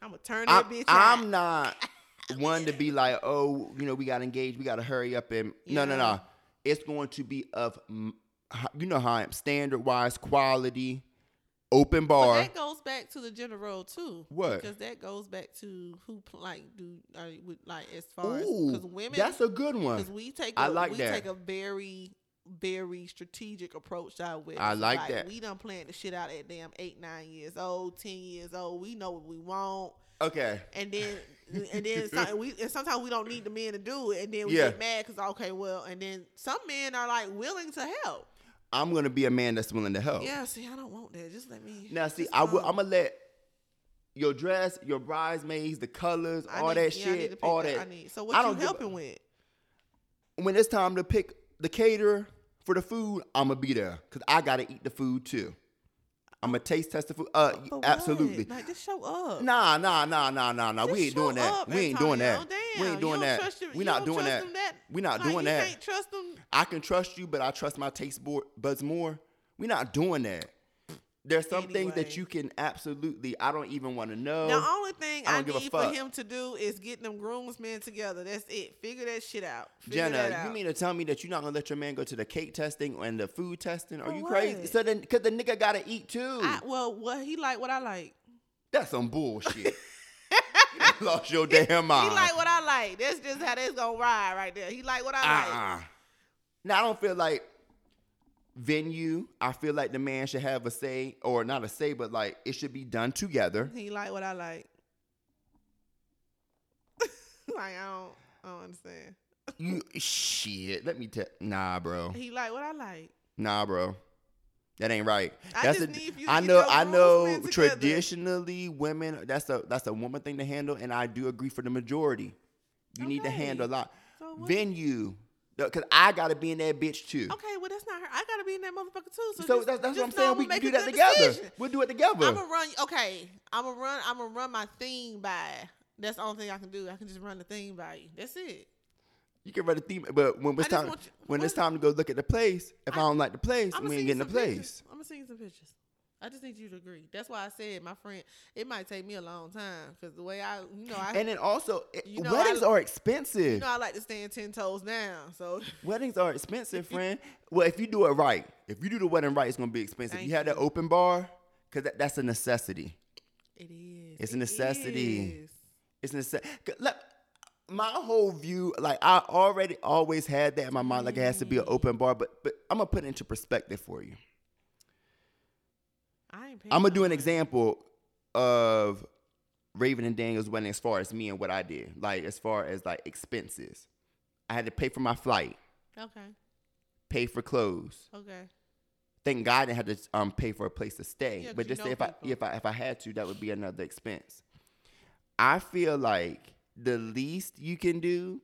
[SPEAKER 2] I'm gonna turn that
[SPEAKER 1] I'm,
[SPEAKER 2] bitch out.
[SPEAKER 1] I'm not one to be like, oh, you know, we got engaged, we got to hurry up and no, no,
[SPEAKER 2] Yeah.
[SPEAKER 1] no. It's going to be of, mm, h- you know how I'm standard wise quality, open
[SPEAKER 2] But
[SPEAKER 1] bar.
[SPEAKER 2] that goes back to the gender role too.
[SPEAKER 1] What?
[SPEAKER 2] Because that goes back to who pl- like do are, you- would, like as far as
[SPEAKER 1] Ooh,
[SPEAKER 2] because women
[SPEAKER 1] that's a good
[SPEAKER 2] Because
[SPEAKER 1] one.
[SPEAKER 2] we take a
[SPEAKER 1] I like
[SPEAKER 2] we
[SPEAKER 1] that.
[SPEAKER 2] take a very very strategic approach to our weddings.
[SPEAKER 1] I like
[SPEAKER 2] Like,
[SPEAKER 1] that.
[SPEAKER 2] We done planned the shit out at damn eight, nine years old, ten years old. We know what we want,
[SPEAKER 1] Okay,
[SPEAKER 2] and then and then some, we and sometimes we don't need the men to do it, and then we
[SPEAKER 1] Yeah.
[SPEAKER 2] get mad because okay, well, and then some men are like willing to help.
[SPEAKER 1] I'm gonna be a man that's willing to help.
[SPEAKER 2] Yeah, see, I don't want that. Just let me.
[SPEAKER 1] Oh. Now, see,
[SPEAKER 2] just
[SPEAKER 1] I will.
[SPEAKER 2] come.
[SPEAKER 1] I'm gonna let your dress, your bridesmaids, the colors,
[SPEAKER 2] I
[SPEAKER 1] all
[SPEAKER 2] need-
[SPEAKER 1] that
[SPEAKER 2] yeah, I need to
[SPEAKER 1] shit,
[SPEAKER 2] pick
[SPEAKER 1] all
[SPEAKER 2] that
[SPEAKER 1] that.
[SPEAKER 2] I need. So what
[SPEAKER 1] I
[SPEAKER 2] you
[SPEAKER 1] don't give a-
[SPEAKER 2] helping with?
[SPEAKER 1] when it's time to pick the caterer for the food, I'ma be there because I gotta eat the food too. I'ma taste test the food. Uh,
[SPEAKER 2] For what?
[SPEAKER 1] absolutely.
[SPEAKER 2] Like just show up.
[SPEAKER 1] Nah, nah, nah, nah, nah, nah.
[SPEAKER 2] Just
[SPEAKER 1] We ain't
[SPEAKER 2] show
[SPEAKER 1] doing that.
[SPEAKER 2] up,
[SPEAKER 1] We ain't doing that.
[SPEAKER 2] Antonio.
[SPEAKER 1] We
[SPEAKER 2] Damn,
[SPEAKER 1] ain't
[SPEAKER 2] you
[SPEAKER 1] doing
[SPEAKER 2] don't
[SPEAKER 1] that.
[SPEAKER 2] trust your-
[SPEAKER 1] We
[SPEAKER 2] you
[SPEAKER 1] not
[SPEAKER 2] don't
[SPEAKER 1] doing
[SPEAKER 2] trust
[SPEAKER 1] that.
[SPEAKER 2] them that-
[SPEAKER 1] We not
[SPEAKER 2] like,
[SPEAKER 1] doing
[SPEAKER 2] you
[SPEAKER 1] that.
[SPEAKER 2] can't trust them.
[SPEAKER 1] I can trust you, but I trust my taste board buds more. We not doing that. There's some things
[SPEAKER 2] Anyway.
[SPEAKER 1] that you can absolutely. I don't even want to know.
[SPEAKER 2] the only thing
[SPEAKER 1] I
[SPEAKER 2] I,
[SPEAKER 1] don't give a
[SPEAKER 2] need for
[SPEAKER 1] fuck.
[SPEAKER 2] him to do is get them groomsmen together. That's it. Figure that shit out. Figure that
[SPEAKER 1] Jenna,
[SPEAKER 2] out.
[SPEAKER 1] you mean to tell me that you're not gonna let your man go to the cake testing and the food testing? Are
[SPEAKER 2] For
[SPEAKER 1] you crazy?
[SPEAKER 2] what?
[SPEAKER 1] So then, cause the nigga gotta eat too.
[SPEAKER 2] I, well, what he like, what I like.
[SPEAKER 1] That's some bullshit. you done lost your damn mind.
[SPEAKER 2] He like what I like. That's just how that's gonna ride right there. He like what I like.
[SPEAKER 1] uh-uh. Now I don't feel like venue. I feel like the man should have a say, or not a say, but like it should be done together.
[SPEAKER 2] He like what I like. like I don't, I don't understand.
[SPEAKER 1] You shit. Let me tell. Nah, bro.
[SPEAKER 2] He like what I like.
[SPEAKER 1] Nah, bro. That ain't right.
[SPEAKER 2] I
[SPEAKER 1] that's
[SPEAKER 2] just
[SPEAKER 1] a,
[SPEAKER 2] need you to
[SPEAKER 1] I
[SPEAKER 2] get
[SPEAKER 1] know.
[SPEAKER 2] your
[SPEAKER 1] I
[SPEAKER 2] groomsmen
[SPEAKER 1] know.
[SPEAKER 2] together.
[SPEAKER 1] Traditionally, women. That's a that's a woman thing to handle, and I do agree for the majority. You need to
[SPEAKER 2] Okay.
[SPEAKER 1] handle a lot.
[SPEAKER 2] So what-
[SPEAKER 1] Venue, because I gotta be in that bitch too.
[SPEAKER 2] Okay, well that's not her. I gotta be in that motherfucker too. So,
[SPEAKER 1] So
[SPEAKER 2] just-
[SPEAKER 1] that's, that's what I'm
[SPEAKER 2] just know
[SPEAKER 1] saying.
[SPEAKER 2] I'ma
[SPEAKER 1] We can
[SPEAKER 2] make
[SPEAKER 1] do
[SPEAKER 2] a
[SPEAKER 1] that
[SPEAKER 2] good
[SPEAKER 1] together.
[SPEAKER 2] decision.
[SPEAKER 1] We'll do it together.
[SPEAKER 2] I'm gonna run. Okay, I'm gonna run. I'm gonna run my theme by. That's the only thing I can do. I can just run the theme by you. That's it.
[SPEAKER 1] you can run a theme, but when it's
[SPEAKER 2] just
[SPEAKER 1] time,
[SPEAKER 2] want you-
[SPEAKER 1] when it's
[SPEAKER 2] what?
[SPEAKER 1] time to go look at the place, if I,
[SPEAKER 2] I-
[SPEAKER 1] don't like the place,
[SPEAKER 2] I'm
[SPEAKER 1] we ain't getting the place.
[SPEAKER 2] I'm gonna send you some pictures. I just need you to agree. That's why I said, my friend, it might take me a long time because the way I, you know, I,
[SPEAKER 1] And then also, it-
[SPEAKER 2] You know
[SPEAKER 1] weddings
[SPEAKER 2] I-
[SPEAKER 1] are expensive.
[SPEAKER 2] you know, I like to stand ten toes down. So
[SPEAKER 1] Weddings are expensive, friend. well, if you do it right, if you do the wedding right, it's gonna be expensive.
[SPEAKER 2] Thank
[SPEAKER 1] you had that
[SPEAKER 2] you.
[SPEAKER 1] open bar, cause that, that's a necessity.
[SPEAKER 2] it is.
[SPEAKER 1] It's a
[SPEAKER 2] It
[SPEAKER 1] necessity.
[SPEAKER 2] is.
[SPEAKER 1] It's necessary. Look, my whole view, like I already always had that in my mind, like it has to
[SPEAKER 2] Mm-hmm.
[SPEAKER 1] be an open bar. But but I'm gonna put it into perspective for you.
[SPEAKER 2] I ain't. paying
[SPEAKER 1] I'm gonna do an
[SPEAKER 2] no-
[SPEAKER 1] example of Raven and Daniel's wedding as far as me and what I did, like as far as like expenses. I had to pay for my flight,
[SPEAKER 2] Okay.
[SPEAKER 1] pay for clothes.
[SPEAKER 2] Okay.
[SPEAKER 1] Thank God I didn't have to um, pay for a place to stay.
[SPEAKER 2] Yeah, 'cause
[SPEAKER 1] but
[SPEAKER 2] you
[SPEAKER 1] just say
[SPEAKER 2] know
[SPEAKER 1] if I
[SPEAKER 2] people.
[SPEAKER 1] if I if I had to, that would be another expense. I feel like the least you can do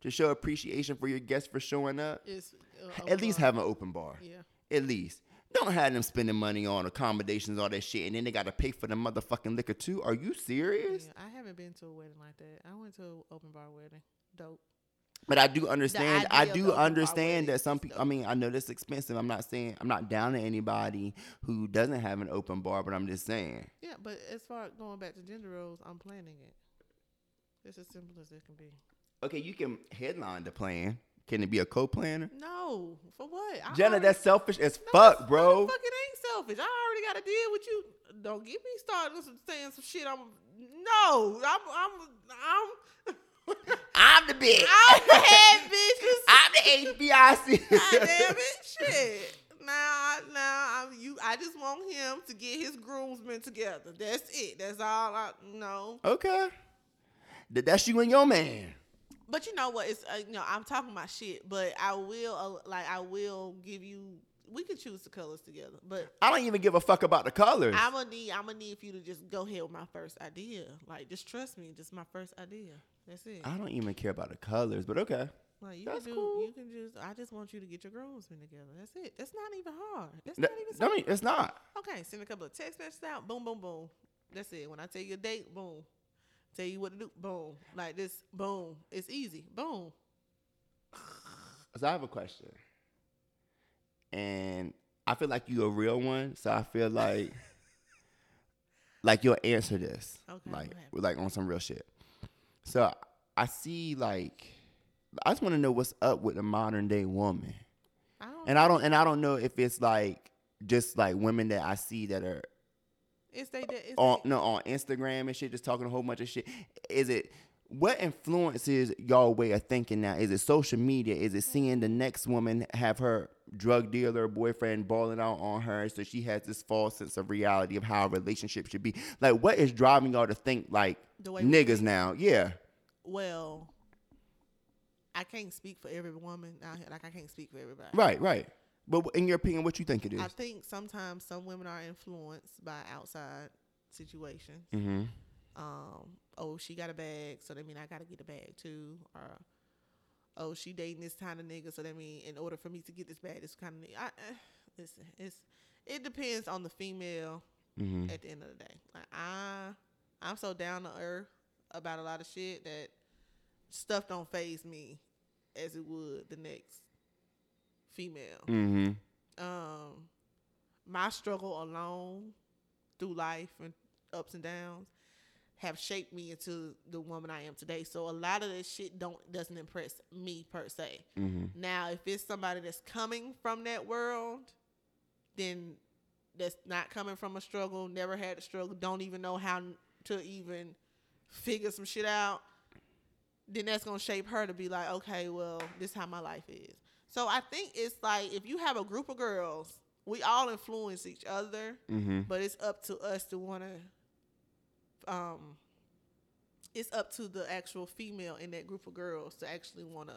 [SPEAKER 1] to show appreciation for your guests for showing up,
[SPEAKER 2] It's uh,
[SPEAKER 1] at least
[SPEAKER 2] overall-
[SPEAKER 1] have an open bar.
[SPEAKER 2] Yeah.
[SPEAKER 1] At least. Don't have them spending money on accommodations, all that shit, and then they gotta pay for the motherfucking liquor too. Are you
[SPEAKER 2] yeah.
[SPEAKER 1] serious?
[SPEAKER 2] I haven't been to a wedding like that. I went to an open bar wedding. Dope.
[SPEAKER 1] But I do understand. I
[SPEAKER 2] idea of
[SPEAKER 1] do
[SPEAKER 2] the open bar
[SPEAKER 1] understand that
[SPEAKER 2] weddings
[SPEAKER 1] some
[SPEAKER 2] and
[SPEAKER 1] people. I
[SPEAKER 2] stuff.
[SPEAKER 1] mean, I know that's expensive. I'm not saying I'm not down to anybody who doesn't have an open bar, but I'm just saying.
[SPEAKER 2] Yeah, but as far as going back to gender roles, I'm planning it. It's as simple as it can be.
[SPEAKER 1] Okay, you can headline the plan. Can it be a co-planner?
[SPEAKER 2] No, for what? I
[SPEAKER 1] Jenna,
[SPEAKER 2] already-
[SPEAKER 1] that's selfish as
[SPEAKER 2] No,
[SPEAKER 1] fuck,
[SPEAKER 2] it's-
[SPEAKER 1] bro.
[SPEAKER 2] Fuck, it ain't selfish. I already got to deal with you. Don't get me started on some, saying some shit. I'm no, I'm I'm I'm
[SPEAKER 1] I'm the bitch.
[SPEAKER 2] I'm the head bitch. You
[SPEAKER 1] I'm the HBIC.
[SPEAKER 2] God damn it, shit. Now, I- now, I'm you. I just want him to get his groomsmen together. That's it. That's all I know.
[SPEAKER 1] Okay. Th- That's you and your man.
[SPEAKER 2] But you know what? It's uh, you know I'm talking my shit, but I will uh, like I will give you. We can choose the colors together, but
[SPEAKER 1] I don't even give a fuck about the colors.
[SPEAKER 2] I'm gonna need I'm gonna need for you to just go ahead with my first idea. Like just trust me, just my first idea. That's it.
[SPEAKER 1] I don't even care about the colors, but okay.
[SPEAKER 2] like you
[SPEAKER 1] Ah, that's
[SPEAKER 2] can do
[SPEAKER 1] cool.
[SPEAKER 2] you can just I just want you to get your groomsmen together. That's it. That's not even hard. That's
[SPEAKER 1] Th-
[SPEAKER 2] not even
[SPEAKER 1] I
[SPEAKER 2] something.
[SPEAKER 1] mean, it's not.
[SPEAKER 2] Okay, send a couple of text messages out. Boom, boom, boom. That's it. When I tell you a date, boom. Tell you what to do, boom. Like this, boom. It's easy, boom.
[SPEAKER 1] So I have a question, and I feel like you a real one. So I feel like, like you'll answer this,
[SPEAKER 2] Okay,
[SPEAKER 1] like
[SPEAKER 2] go ahead.
[SPEAKER 1] like on some real shit. So I see like, I just want to know what's up with the modern day woman,
[SPEAKER 2] I don't.
[SPEAKER 1] and I don't and I don't know if it's like just like women that I see that are
[SPEAKER 2] it's they. that- It's
[SPEAKER 1] on
[SPEAKER 2] they-
[SPEAKER 1] no on Instagram and shit, just talking a whole bunch of shit. Is it what influences y'all way of thinking now? Is it social media? Is it seeing the next woman have her drug dealer boyfriend balling out on her, so she has this false sense of reality of how a relationship should be? Like, what is driving y'all to think like
[SPEAKER 2] The way we
[SPEAKER 1] niggas
[SPEAKER 2] think.
[SPEAKER 1] now? Yeah,
[SPEAKER 2] well, I can't speak for every woman out here. Like I can't speak for everybody.
[SPEAKER 1] right, right. But in your opinion, what you think it is?
[SPEAKER 2] I think sometimes some women are influenced by outside situations.
[SPEAKER 1] mm-hmm.
[SPEAKER 2] Um, oh, she got a bag, so that mean I gotta get a bag too. Or oh, she dating this kind of nigga, so that mean in order for me to get this bag, this kind of nigga. I, uh, listen, it's it depends on the female
[SPEAKER 1] Mm-hmm.
[SPEAKER 2] at the end of the day. Like I, I'm so down to earth about a lot of shit that stuff don't phase me as it would the next female
[SPEAKER 1] Mm-hmm.
[SPEAKER 2] um my struggle alone through life and ups and downs have shaped me into the woman I am today. So a lot of this shit don't doesn't impress me per se.
[SPEAKER 1] Mm-hmm.
[SPEAKER 2] Now, if it's somebody that's coming from that world, then that's not coming from a struggle, never had a struggle, don't even know how to even figure some shit out, then that's going to shape her to be like, okay, well, this is how my life is. So I think it's like if you have a group of girls, we all influence each other,
[SPEAKER 1] Mm-hmm.
[SPEAKER 2] but it's up to us to want to um it's up to the actual female in that group of girls to actually want to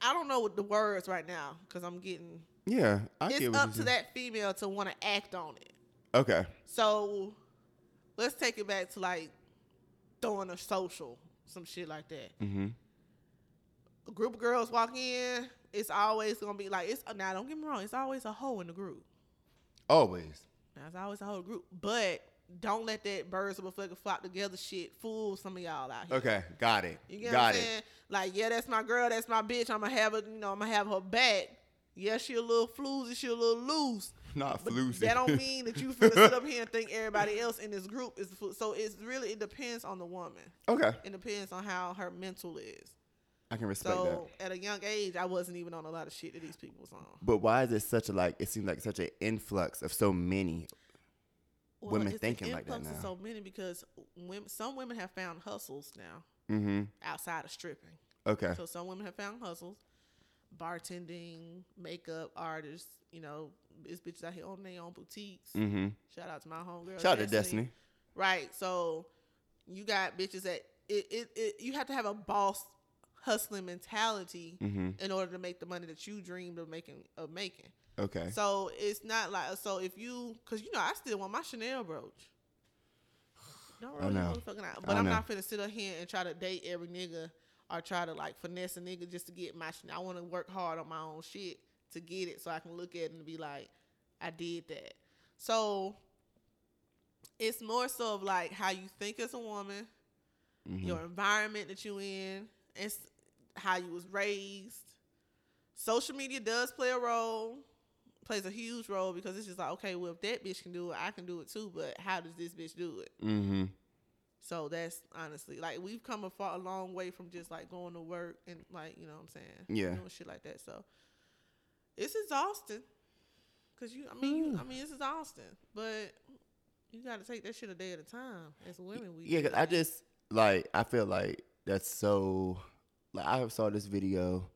[SPEAKER 2] I don't know what the words right now cuz I'm getting
[SPEAKER 1] Yeah, I get
[SPEAKER 2] it's
[SPEAKER 1] what
[SPEAKER 2] up
[SPEAKER 1] you
[SPEAKER 2] to
[SPEAKER 1] said.
[SPEAKER 2] that female to want to act on it.
[SPEAKER 1] Okay.
[SPEAKER 2] So let's take it back to like throwing a social some shit like that
[SPEAKER 1] Mm-hmm.
[SPEAKER 2] a group of girls walk in, it's always gonna be like it's now. Don't get me wrong, it's always a hoe in the group.
[SPEAKER 1] Always.
[SPEAKER 2] Now it's always a whole group, but don't let that birds of a fucking flock together shit fool some of y'all out here.
[SPEAKER 1] Okay, got it.
[SPEAKER 2] You get
[SPEAKER 1] got
[SPEAKER 2] what
[SPEAKER 1] it.
[SPEAKER 2] I'm saying? Like, yeah, that's my girl, that's my bitch. I'ma have her, you know, I'ma have her back. Yeah, she a little floozy, she a little loose.
[SPEAKER 1] Not
[SPEAKER 2] But
[SPEAKER 1] floozy.
[SPEAKER 2] that don't mean that you finna sit up here and think everybody else in this group is flu- so it's really it depends on the woman.
[SPEAKER 1] Okay,
[SPEAKER 2] It depends on how her mental is.
[SPEAKER 1] I can respect that.
[SPEAKER 2] So at a young age, I wasn't even on a lot of shit that these people was on.
[SPEAKER 1] But why is it such a like? It seems like such an influx of so many. women
[SPEAKER 2] it's the
[SPEAKER 1] thinking like that
[SPEAKER 2] influx of
[SPEAKER 1] now.
[SPEAKER 2] So many because women, some women have found hustles now
[SPEAKER 1] Mm-hmm.
[SPEAKER 2] outside of stripping.
[SPEAKER 1] Okay.
[SPEAKER 2] So some women have found hustles, bartending, makeup artists. You know, it's bitches out here owning their own boutiques.
[SPEAKER 1] Mm-hmm.
[SPEAKER 2] Shout out to my homegirl.
[SPEAKER 1] Shout out to Destiny.
[SPEAKER 2] Right. So you got bitches that it, it, it you have to have a boss hustling mentality
[SPEAKER 1] Mm-hmm.
[SPEAKER 2] in order to make the money that you dreamed of making of making.
[SPEAKER 1] Okay.
[SPEAKER 2] So it's not like so if you because you know I still want my Chanel brooch. Don't
[SPEAKER 1] I
[SPEAKER 2] roll your
[SPEAKER 1] know.
[SPEAKER 2] motherfucking eye. But
[SPEAKER 1] I
[SPEAKER 2] I'm
[SPEAKER 1] know.
[SPEAKER 2] not finna sit up here and try to date every nigga or try to like finesse a nigga just to get my Chanel. I want to work hard on my own shit to get it so I can look at it and be like, I did that. So it's more so of like how you think as a woman,
[SPEAKER 1] Mhm.
[SPEAKER 2] your environment that you in, and s- how you was raised. Social media does play a role, plays a huge role because it's just like, okay, well if that bitch can do it, I can do it too. But how does this bitch do it?
[SPEAKER 1] Mm-hmm.
[SPEAKER 2] So that's honestly like we've come a far a long way from just like going to work and like you know what I'm saying,
[SPEAKER 1] Yeah.
[SPEAKER 2] doing shit like that. So it's exhausting, cause you I mean
[SPEAKER 1] Mm.
[SPEAKER 2] you, I mean it's exhausting, but you got to take that shit a day at a time. As women, we
[SPEAKER 1] Yeah,
[SPEAKER 2] do
[SPEAKER 1] 'cause I
[SPEAKER 2] that.
[SPEAKER 1] just like I feel like that's so like I saw this video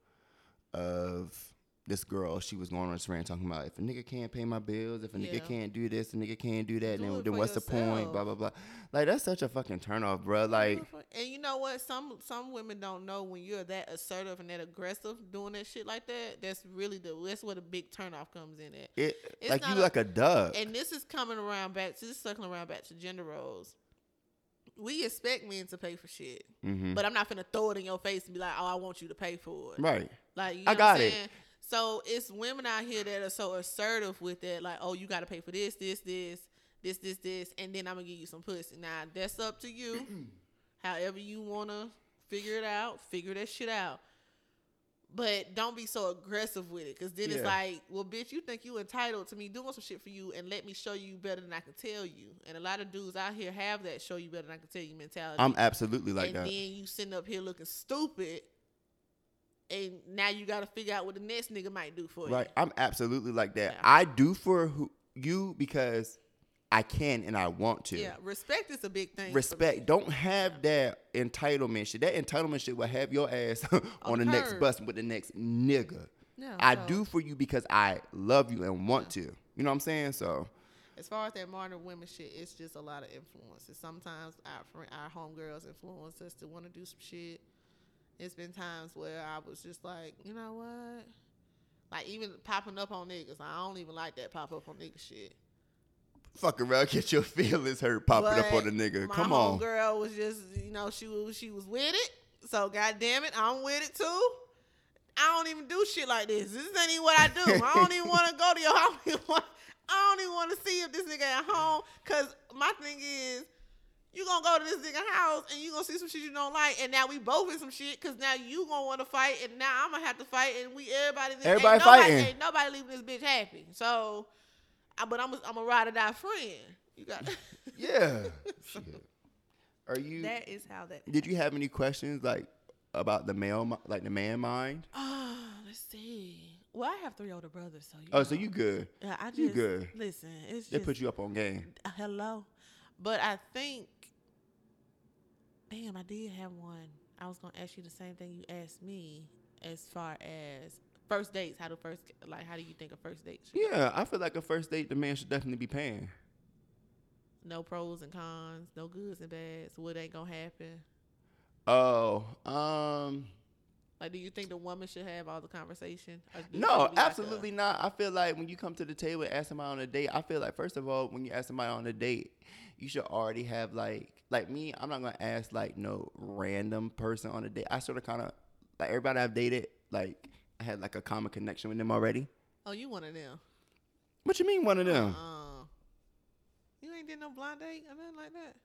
[SPEAKER 1] of this girl. She was going on this rant talking about if a nigga can't pay my bills, if a
[SPEAKER 2] Yeah.
[SPEAKER 1] nigga can't do this, a nigga can't do that,
[SPEAKER 2] Do
[SPEAKER 1] then,
[SPEAKER 2] it
[SPEAKER 1] then
[SPEAKER 2] for
[SPEAKER 1] what's the point?
[SPEAKER 2] yourself.
[SPEAKER 1] Blah blah blah. Like that's such a fucking turnoff, bro. Like
[SPEAKER 2] and you know what? Some some women don't know when you're that assertive and that aggressive doing that shit like that. That's really the that's where the big turnoff comes in at.
[SPEAKER 1] it,
[SPEAKER 2] It's
[SPEAKER 1] like you
[SPEAKER 2] not a-
[SPEAKER 1] like a duck.
[SPEAKER 2] And this is coming around back. To, this is circling around back to gender roles. We expect men to pay for shit,
[SPEAKER 1] hmm
[SPEAKER 2] but I'm not finna throw it in your face and be like, "Oh, I want you to pay for it."
[SPEAKER 1] Right.
[SPEAKER 2] Like, you know
[SPEAKER 1] I
[SPEAKER 2] what I'm
[SPEAKER 1] got it.
[SPEAKER 2] saying? So it's women out here that are so assertive with that, like, "Oh, you got to pay for this, this, this, this, this, this," and then I'm gonna give you some pussy. Now that's up to you. However you wanna figure it out, figure that shit out. But don't be so aggressive with it, cause then
[SPEAKER 1] Yeah.
[SPEAKER 2] it's like, well, bitch, you think you entitled to me doing some shit for you, and let me show you better than I can tell you. And a lot of dudes out here have that show you better than I can tell you mentality
[SPEAKER 1] I'm absolutely like
[SPEAKER 2] and
[SPEAKER 1] that.
[SPEAKER 2] then you sitting up here looking stupid, and now you got to figure out what the next nigga might do for
[SPEAKER 1] Right. I'm absolutely like that.
[SPEAKER 2] Yeah.
[SPEAKER 1] I do for who, you because I can and I want to.
[SPEAKER 2] you. Yeah, respect is a big thing. for me.
[SPEAKER 1] respect. Don't have that entitlement shit. That entitlement shit will have your ass on,
[SPEAKER 2] On
[SPEAKER 1] the next
[SPEAKER 2] curb.
[SPEAKER 1] bus with the next nigga.
[SPEAKER 2] No,
[SPEAKER 1] I
[SPEAKER 2] so,
[SPEAKER 1] do for you because I love you and want to. You know what I'm saying? So
[SPEAKER 2] As far as that modern women shit, it's just a lot of influences. Sometimes our friend, our homegirls influence us to want to do some shit. It's been times where I was just like, you know what? Like even popping up on niggas, I don't even like that pop up on nigga shit.
[SPEAKER 1] fuck around, get your feelings hurt popping up
[SPEAKER 2] But
[SPEAKER 1] on a nigga.
[SPEAKER 2] My
[SPEAKER 1] Come on.
[SPEAKER 2] girl was just, you know, she was she was with it. So goddamn it, I'm with it too. I don't even do shit like this. This ain't even what I do. I don't even want to go to your house. I don't even want, I don't even want to see if this nigga at home. Cause my thing is, you gonna go to this nigga house and you gonna see some shit you don't like, and now we both in some shit. Cause now you gonna want to fight, and now I'm gonna have to fight, and we everybody ain't
[SPEAKER 1] Everybody
[SPEAKER 2] nobody-
[SPEAKER 1] fighting.
[SPEAKER 2] Ain't nobody leaving this bitch happy. So, I, but I'm a, I'm a ride or die friend. You got.
[SPEAKER 1] Yeah. Shit. Are you?
[SPEAKER 2] That is how that.
[SPEAKER 1] did you have any questions like about the male, mi- like the man mind?
[SPEAKER 2] Oh, let's see. Well, I have three older brothers, so you
[SPEAKER 1] Oh, so
[SPEAKER 2] know.
[SPEAKER 1] you good?
[SPEAKER 2] Yeah, I just
[SPEAKER 1] you good.
[SPEAKER 2] Listen, it's
[SPEAKER 1] They
[SPEAKER 2] just uh,
[SPEAKER 1] put you up on game.
[SPEAKER 2] hello, but I think, damn, I did have one. I was gonna ask you the same thing you asked me as far as first dates. How do first like how do you think of first dates? should-
[SPEAKER 1] Yeah, I feel like a first date, the man should definitely be paying.
[SPEAKER 2] No pros and cons, no goods and bads. What ain't gonna happen?
[SPEAKER 1] Oh, um,
[SPEAKER 2] Like, do you think the woman should have all the conversation? Or do you think
[SPEAKER 1] No,
[SPEAKER 2] it'd be like a-
[SPEAKER 1] absolutely not. I feel like when you come to the table and ask somebody on a date, I feel like first of all, when you ask somebody on a date, you should already have like like me, I'm not gonna ask like no random person on a date. I sort of kinda like everybody I've dated, like I had like a common connection with them already.
[SPEAKER 2] oh, you one of them.
[SPEAKER 1] What you mean one of them?
[SPEAKER 2] Uh, you ain't did no blind date or nothing like that.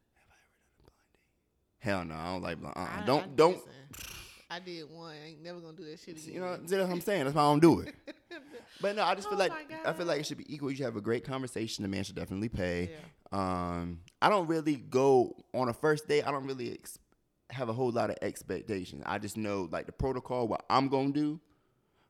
[SPEAKER 1] Hell no, I don't like uh uh
[SPEAKER 2] I- I-
[SPEAKER 1] Don't don't
[SPEAKER 2] listen, I did one. I ain't never gonna do that shit again.
[SPEAKER 1] you know that's what I'm saying. That's why I don't do it. But no, I just feel
[SPEAKER 2] Oh
[SPEAKER 1] like
[SPEAKER 2] my
[SPEAKER 1] I feel like it
[SPEAKER 2] God.
[SPEAKER 1] should be equal. You should have a great conversation. The man should definitely pay.
[SPEAKER 2] Yeah.
[SPEAKER 1] Um, I don't really go on a first date. I don't really ex- have a whole lot of expectations. I just know like the protocol, what I'm gonna do.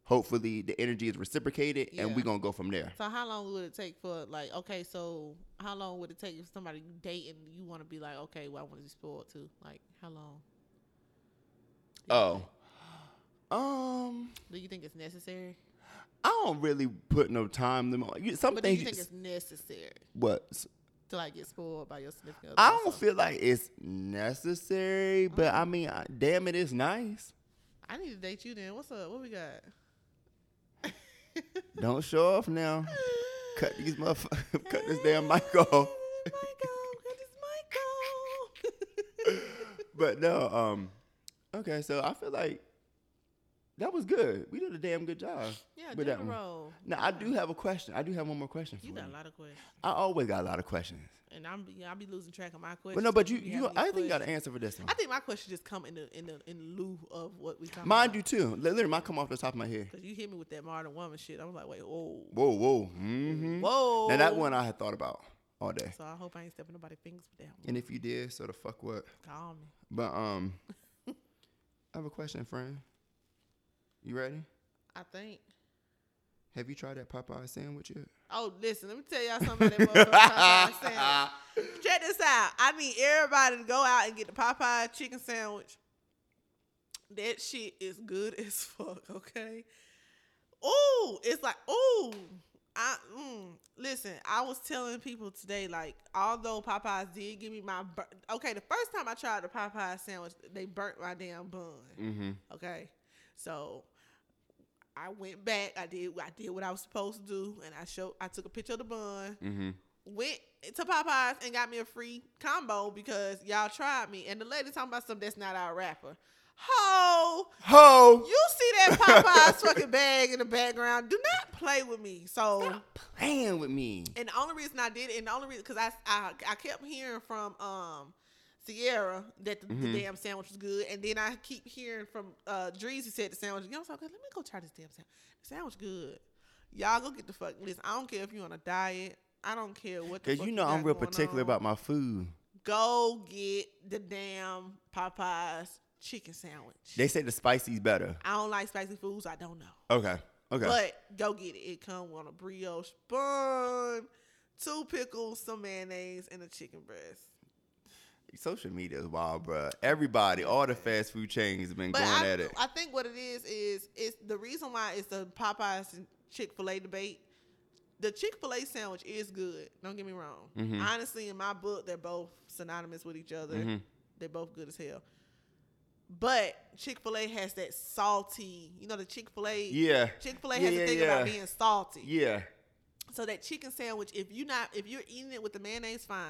[SPEAKER 1] Hopefully, the energy is reciprocated, and
[SPEAKER 2] Yeah.
[SPEAKER 1] we gonna go from there.
[SPEAKER 2] so how long would it take for like? Okay, so how long would it take if somebody you date and you want to be like, okay, well I want to be spoiled too. Like how long? Do you
[SPEAKER 1] Oh,
[SPEAKER 2] think-
[SPEAKER 1] um,
[SPEAKER 2] do you think it's necessary?
[SPEAKER 1] I don't really put no time limit. on- You, some
[SPEAKER 2] But do
[SPEAKER 1] things
[SPEAKER 2] you think
[SPEAKER 1] just-
[SPEAKER 2] it's necessary
[SPEAKER 1] what
[SPEAKER 2] to like get spoiled by your significant other?
[SPEAKER 1] I
[SPEAKER 2] or
[SPEAKER 1] don't
[SPEAKER 2] something?
[SPEAKER 1] feel like it's necessary, but I mean, I, damn it, it's nice.
[SPEAKER 2] I need to date you then. What's up? What we got?
[SPEAKER 1] Don't show off now. Cut these motherfuckers. Cut this damn mic off.
[SPEAKER 2] Cut this mic off.
[SPEAKER 1] But no, um, okay. So I feel like that was good. We did a damn good job.
[SPEAKER 2] yeah,
[SPEAKER 1] with that one.
[SPEAKER 2] general.
[SPEAKER 1] Now I do have a question. I do have one more question for
[SPEAKER 2] You
[SPEAKER 1] you.
[SPEAKER 2] got a lot of questions,
[SPEAKER 1] I always got a lot of questions.
[SPEAKER 2] and I'm yeah, I be losing track of my questions.
[SPEAKER 1] But no, but you,
[SPEAKER 2] too. be
[SPEAKER 1] you,
[SPEAKER 2] having
[SPEAKER 1] I
[SPEAKER 2] these
[SPEAKER 1] think you got
[SPEAKER 2] questions.
[SPEAKER 1] an answer for this one.
[SPEAKER 2] I think my question just come in the in the in lieu of what we talking
[SPEAKER 1] Mine
[SPEAKER 2] about.
[SPEAKER 1] do too. Literally, mine come off the top of my head.
[SPEAKER 2] Cause you hit me with that modern woman shit. I'm like, wait, whoa,
[SPEAKER 1] Whoa, whoa. Mm-hmm.
[SPEAKER 2] whoa.
[SPEAKER 1] Now that one I had thought about all day.
[SPEAKER 2] So I hope I ain't stepping nobody's fingers with that one.
[SPEAKER 1] And if you did, so the fuck what?
[SPEAKER 2] Call me.
[SPEAKER 1] But um, I have a question, friend. You ready?
[SPEAKER 2] I think.
[SPEAKER 1] Have you tried that Popeye sandwich yet?
[SPEAKER 2] Oh, listen, let me tell y'all something about that motherfucking Popeye sandwich. Check this out. I need everybody to go out and get the Popeye chicken sandwich. That shit is good as fuck, okay? Ooh, it's like, ooh. I mm, listen, I was telling people today, like, although Popeyes did give me my bur- okay, the first time I tried the Popeye sandwich, they burnt my damn bun.
[SPEAKER 1] mm-hmm.
[SPEAKER 2] Okay. So I went back. I did I did what I was supposed to do and I showed I took a picture of the bun.
[SPEAKER 1] Mm-hmm.
[SPEAKER 2] Went to Popeyes and got me a free combo because y'all tried me. And the lady talking about something that's not our rapper. Ho,
[SPEAKER 1] Ho!
[SPEAKER 2] you see that Popeyes fucking bag in the background. Do not play with me. So
[SPEAKER 1] Stop playing with me.
[SPEAKER 2] and the only reason I did it, and the only reason because I, I I kept hearing from um Sierra that the, the
[SPEAKER 1] Mhm.
[SPEAKER 2] damn sandwich was good, and then I keep hearing from uh Dreezy said the sandwich. You know, so I was like, let me go try this damn sandwich. The sandwich good. Y'all go get the fuck. Listen, I don't care if you're on a diet. I don't care what. the
[SPEAKER 1] Cause
[SPEAKER 2] fuck
[SPEAKER 1] you know
[SPEAKER 2] got
[SPEAKER 1] I'm real
[SPEAKER 2] going
[SPEAKER 1] particular
[SPEAKER 2] on.
[SPEAKER 1] about my food.
[SPEAKER 2] Go get the damn Popeyes chicken sandwich.
[SPEAKER 1] They say the spicy's better.
[SPEAKER 2] I don't like spicy foods. I don't know.
[SPEAKER 1] Okay. Okay.
[SPEAKER 2] But go get it. It come on a brioche bun, two pickles, some mayonnaise, and a chicken breast.
[SPEAKER 1] Social media is wild, bruh. Everybody, all the fast food chains have been
[SPEAKER 2] But
[SPEAKER 1] going
[SPEAKER 2] I,
[SPEAKER 1] at it.
[SPEAKER 2] I think what it is is it's the reason why it's the Popeyes and Chick Fil A debate. The Chick Fil A sandwich is good. Don't get me wrong.
[SPEAKER 1] Mhm.
[SPEAKER 2] Honestly, in my book, they're both synonymous with each other.
[SPEAKER 1] Mhm.
[SPEAKER 2] They're both good as hell. But Chick Fil A has that salty. You know the Chick Fil A.
[SPEAKER 1] Yeah.
[SPEAKER 2] Chick Fil A
[SPEAKER 1] Yeah,
[SPEAKER 2] has
[SPEAKER 1] yeah,
[SPEAKER 2] a thing
[SPEAKER 1] yeah.
[SPEAKER 2] about being salty.
[SPEAKER 1] Yeah.
[SPEAKER 2] So that chicken sandwich, if you not if you're eating it with the mayonnaise, fine.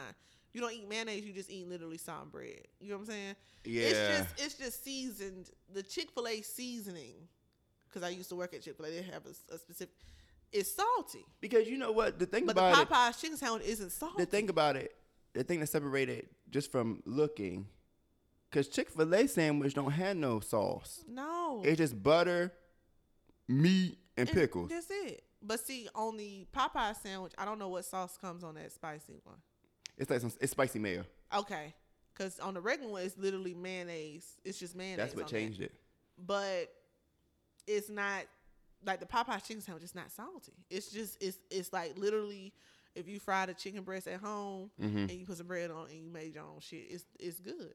[SPEAKER 2] You don't eat mayonnaise, you just eat literally some bread. You know what I'm saying?
[SPEAKER 1] Yeah.
[SPEAKER 2] It's just it's just seasoned. The Chick Fil A seasoning, because I used to work at Chick Fil A, they have a, s- a specific. It's salty,
[SPEAKER 1] because you know what? The thing
[SPEAKER 2] but the
[SPEAKER 1] about it,
[SPEAKER 2] Popeyes chicken sandwich isn't salty.
[SPEAKER 1] the thing about it, the thing that separated just from looking, because Chick Fil A sandwich don't have no sauce.
[SPEAKER 2] no,
[SPEAKER 1] It's just butter, meat, and
[SPEAKER 2] And
[SPEAKER 1] pickles.
[SPEAKER 2] That's it. But see, on the Popeye sandwich, I don't know what sauce comes on that spicy one.
[SPEAKER 1] It's like some it's spicy mayo.
[SPEAKER 2] Okay, because on the regular one, it's literally mayonnaise. It's just mayonnaise.
[SPEAKER 1] That's what
[SPEAKER 2] on that.
[SPEAKER 1] changed it.
[SPEAKER 2] but it's not like the Popeye chicken sandwich is not salty. It's just it's it's like literally if you fry the chicken breast at home
[SPEAKER 1] hmm
[SPEAKER 2] and you put some bread on and you made your own shit, it's it's good.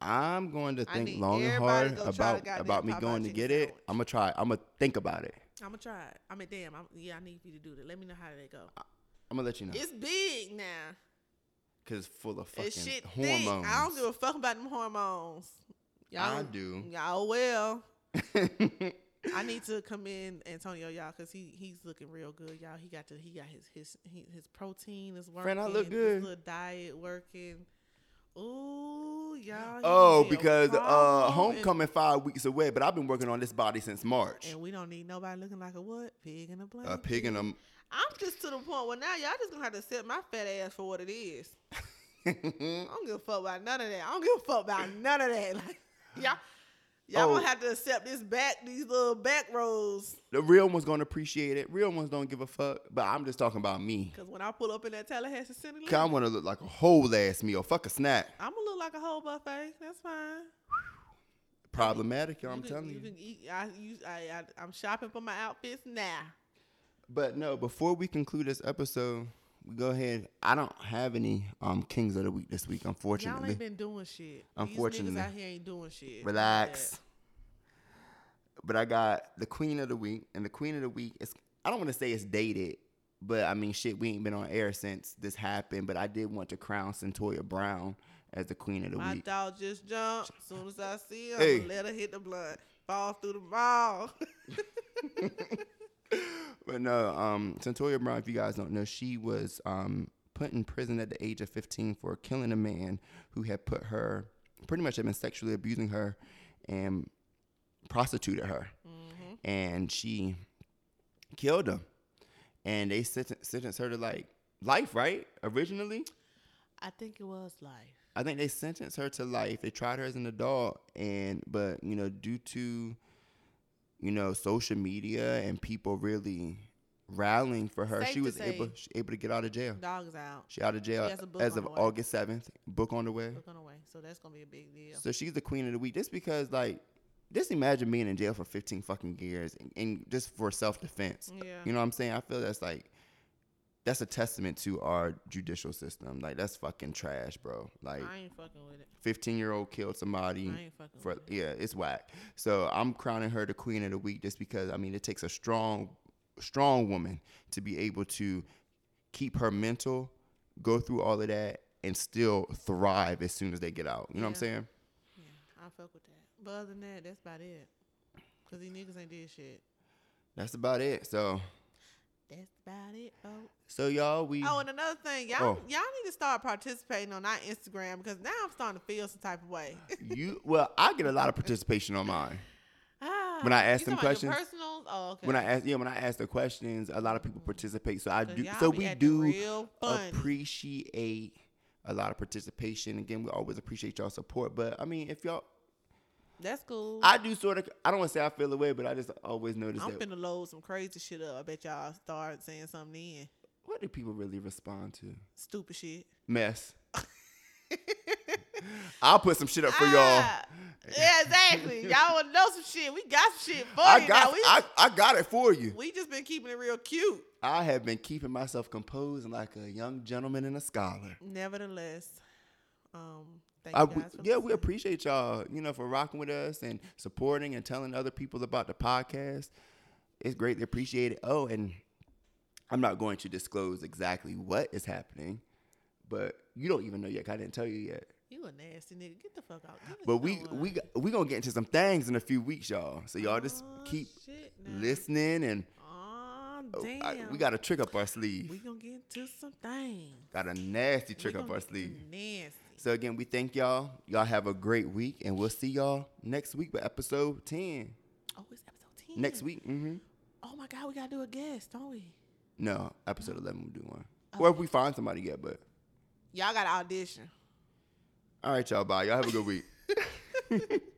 [SPEAKER 1] I'm going to
[SPEAKER 2] I
[SPEAKER 1] think
[SPEAKER 2] need
[SPEAKER 1] long and hard
[SPEAKER 2] everybody to go try the
[SPEAKER 1] about
[SPEAKER 2] goddamn
[SPEAKER 1] about me
[SPEAKER 2] Popeye
[SPEAKER 1] going to
[SPEAKER 2] chicken
[SPEAKER 1] get it.
[SPEAKER 2] sandwich.
[SPEAKER 1] I'm gonna try. I'm gonna think about it.
[SPEAKER 2] I'ma try it. I mean, damn, I'm, yeah, I need you to do that. Let me know how that go.
[SPEAKER 1] I'm gonna let you know
[SPEAKER 2] It's big now.
[SPEAKER 1] because it's full of fucking
[SPEAKER 2] It's shit
[SPEAKER 1] hormones.
[SPEAKER 2] thick. I don't give a fuck about them hormones. Y'all,
[SPEAKER 1] I do.
[SPEAKER 2] Y'all well. I need to commend Antonio, y'all, because he he's looking real good, y'all. He got to he got his his he, his protein is working.
[SPEAKER 1] Friend, I look good.
[SPEAKER 2] His little diet working. Ooh, y'all. he
[SPEAKER 1] oh,
[SPEAKER 2] be a
[SPEAKER 1] because uh,
[SPEAKER 2] problem,
[SPEAKER 1] homecoming five weeks away, but I've been working on this body since
[SPEAKER 2] And,
[SPEAKER 1] March.
[SPEAKER 2] and we don't need nobody looking like a what pig in a blanket.
[SPEAKER 1] A pig and a
[SPEAKER 2] I'm just to the point where now y'all just gonna have to accept my fat ass for what it is. I don't give a fuck about none of that. I don't give a fuck about none of that. Like y'all, y'all
[SPEAKER 1] Oh.
[SPEAKER 2] gonna have to accept this back these little back rolls.
[SPEAKER 1] the real ones gonna appreciate it. Real ones don't give a fuck. But I'm just talking about me.
[SPEAKER 2] Cause when I pull up in that Tallahassee Center,
[SPEAKER 1] Cause I want to look like a whole ass meal. Fuck a snack.
[SPEAKER 2] I'm gonna look like a whole buffet. That's fine.
[SPEAKER 1] Problematic, y'all. I'm
[SPEAKER 2] can,
[SPEAKER 1] telling you.
[SPEAKER 2] you can eat. I, you, I, I, I'm shopping for my outfits now.
[SPEAKER 1] But no, before we conclude this episode, we go ahead. I don't have any um kings of the week this week,
[SPEAKER 2] Y'all
[SPEAKER 1] unfortunately.
[SPEAKER 2] ain't been doing shit. These
[SPEAKER 1] Unfortunately.
[SPEAKER 2] niggas out here ain't doing shit.
[SPEAKER 1] Relax. But I got the queen of the week, and the queen of the week is I don't want to say it's dated, but I mean shit, we ain't been on air since this happened. But I did want to crown Centoya Brown as the queen of the
[SPEAKER 2] My
[SPEAKER 1] week.
[SPEAKER 2] dog just jumped. As soon as I see her,
[SPEAKER 1] Hey.
[SPEAKER 2] let her hit the blood. Fall through the ball.
[SPEAKER 1] But no, um, Centoria Brown, if you guys don't know, she was um, put in prison at the age of 15 for killing a man who had put her, pretty much had been sexually abusing her and prostituted her. And she killed him. And they senten- sentenced her to like life, right? Originally?
[SPEAKER 2] I think it was life.
[SPEAKER 1] I think they sentenced her to life. They tried her as an adult, and but you know, due to you know social media and people really rallying for her,
[SPEAKER 2] Safe
[SPEAKER 1] she
[SPEAKER 2] to
[SPEAKER 1] was
[SPEAKER 2] say-
[SPEAKER 1] able she able to get out of jail.
[SPEAKER 2] Dog's out.
[SPEAKER 1] She out of jail
[SPEAKER 2] She has a book
[SPEAKER 1] as
[SPEAKER 2] on
[SPEAKER 1] of
[SPEAKER 2] the way.
[SPEAKER 1] August seventh. Book on the way.
[SPEAKER 2] Look on the way. So that's gonna be a big deal.
[SPEAKER 1] So she's the queen of the week. Just because, like, just imagine being in jail for fifteen fucking years and, and just for self defense.
[SPEAKER 2] Yeah.
[SPEAKER 1] You know what I'm saying? I feel that's like that's a testament to our judicial system. Like that's fucking trash, bro. Like
[SPEAKER 2] I ain't fucking with it.
[SPEAKER 1] 15 year old killed somebody
[SPEAKER 2] I ain't fucking
[SPEAKER 1] for
[SPEAKER 2] with it.
[SPEAKER 1] yeah it's whack so i'm crowning her the queen of the week just because i mean it takes a strong strong woman to be able to keep her mental go through all of that and still thrive as soon as they get out you know what i'm
[SPEAKER 2] Yeah.
[SPEAKER 1] saying
[SPEAKER 2] Yeah, I fuck with that. But other than that, that's about it. Cause these niggas ain't did shit.
[SPEAKER 1] that's about it so
[SPEAKER 2] That's about it, folks.
[SPEAKER 1] so y'all we
[SPEAKER 2] Oh, and another thing, y'all
[SPEAKER 1] Oh.
[SPEAKER 2] y'all need to start participating on our Instagram because now I'm starting to feel some type of way.
[SPEAKER 1] you well i get a lot of participation on mine When I ask
[SPEAKER 2] asked
[SPEAKER 1] them questions-
[SPEAKER 2] personals. Oh, okay.
[SPEAKER 1] when i ask yeah when i ask the questions a lot of people participate so i
[SPEAKER 2] So
[SPEAKER 1] do
[SPEAKER 2] y'all
[SPEAKER 1] so
[SPEAKER 2] be
[SPEAKER 1] we
[SPEAKER 2] acting
[SPEAKER 1] do
[SPEAKER 2] real funny.
[SPEAKER 1] appreciate a lot of participation. Again, we always appreciate y'all support. But I mean, if y'all,
[SPEAKER 2] That's cool. I,
[SPEAKER 1] I do sort of, I don't want to say I feel away, but I just always notice
[SPEAKER 2] am
[SPEAKER 1] that.
[SPEAKER 2] finna load some crazy shit up. I bet y'all start saying something in
[SPEAKER 1] what do people really respond to?
[SPEAKER 2] stupid shit.
[SPEAKER 1] Mess. I'll put some shit up for y'all.
[SPEAKER 2] Ah, Yeah, exactly. y'all want to know some shit? We got some shit for
[SPEAKER 1] I
[SPEAKER 2] you.
[SPEAKER 1] got,
[SPEAKER 2] now. We,
[SPEAKER 1] I, I got it for you.
[SPEAKER 2] we just been keeping it real cute.
[SPEAKER 1] I have been keeping myself composed and like a young gentleman and a scholar.
[SPEAKER 2] Nevertheless, um, thank
[SPEAKER 1] I,
[SPEAKER 2] you
[SPEAKER 1] we-
[SPEAKER 2] guys for
[SPEAKER 1] yeah, we
[SPEAKER 2] listening.
[SPEAKER 1] appreciate y'all, you know, for rocking with us and supporting and telling other people about the podcast. It's greatly appreciated. Oh, and I'm not going to disclose exactly what is happening, but you don't even know yet. 'cause I didn't tell you yet.
[SPEAKER 2] You a nasty nigga. Get the fuck out. Get the
[SPEAKER 1] But
[SPEAKER 2] fuck
[SPEAKER 1] we
[SPEAKER 2] out.
[SPEAKER 1] we got- we gonna get into some things in a few weeks, y'all. So y'all just
[SPEAKER 2] Aw,
[SPEAKER 1] keep
[SPEAKER 2] Oh, shit now.
[SPEAKER 1] listening, and
[SPEAKER 2] Aw,
[SPEAKER 1] oh,
[SPEAKER 2] damn.
[SPEAKER 1] I- we got a trick up our sleeve.
[SPEAKER 2] We gonna get into some things.
[SPEAKER 1] got a nasty
[SPEAKER 2] We
[SPEAKER 1] trick up
[SPEAKER 2] gonna
[SPEAKER 1] our
[SPEAKER 2] get into
[SPEAKER 1] sleeve.
[SPEAKER 2] Nasty.
[SPEAKER 1] So again, we thank y'all. Y'all have a great week, and we'll see y'all next week with episode ten.
[SPEAKER 2] Oh, it's episode ten.
[SPEAKER 1] Next week, hmm
[SPEAKER 2] Oh my god, we gotta do a guest, don't we?
[SPEAKER 1] no, episode eleven we'll do one. Or if we find somebody yet, but
[SPEAKER 2] Y'all gotta audition.
[SPEAKER 1] all right, y'all. Bye. Y'all have a good week.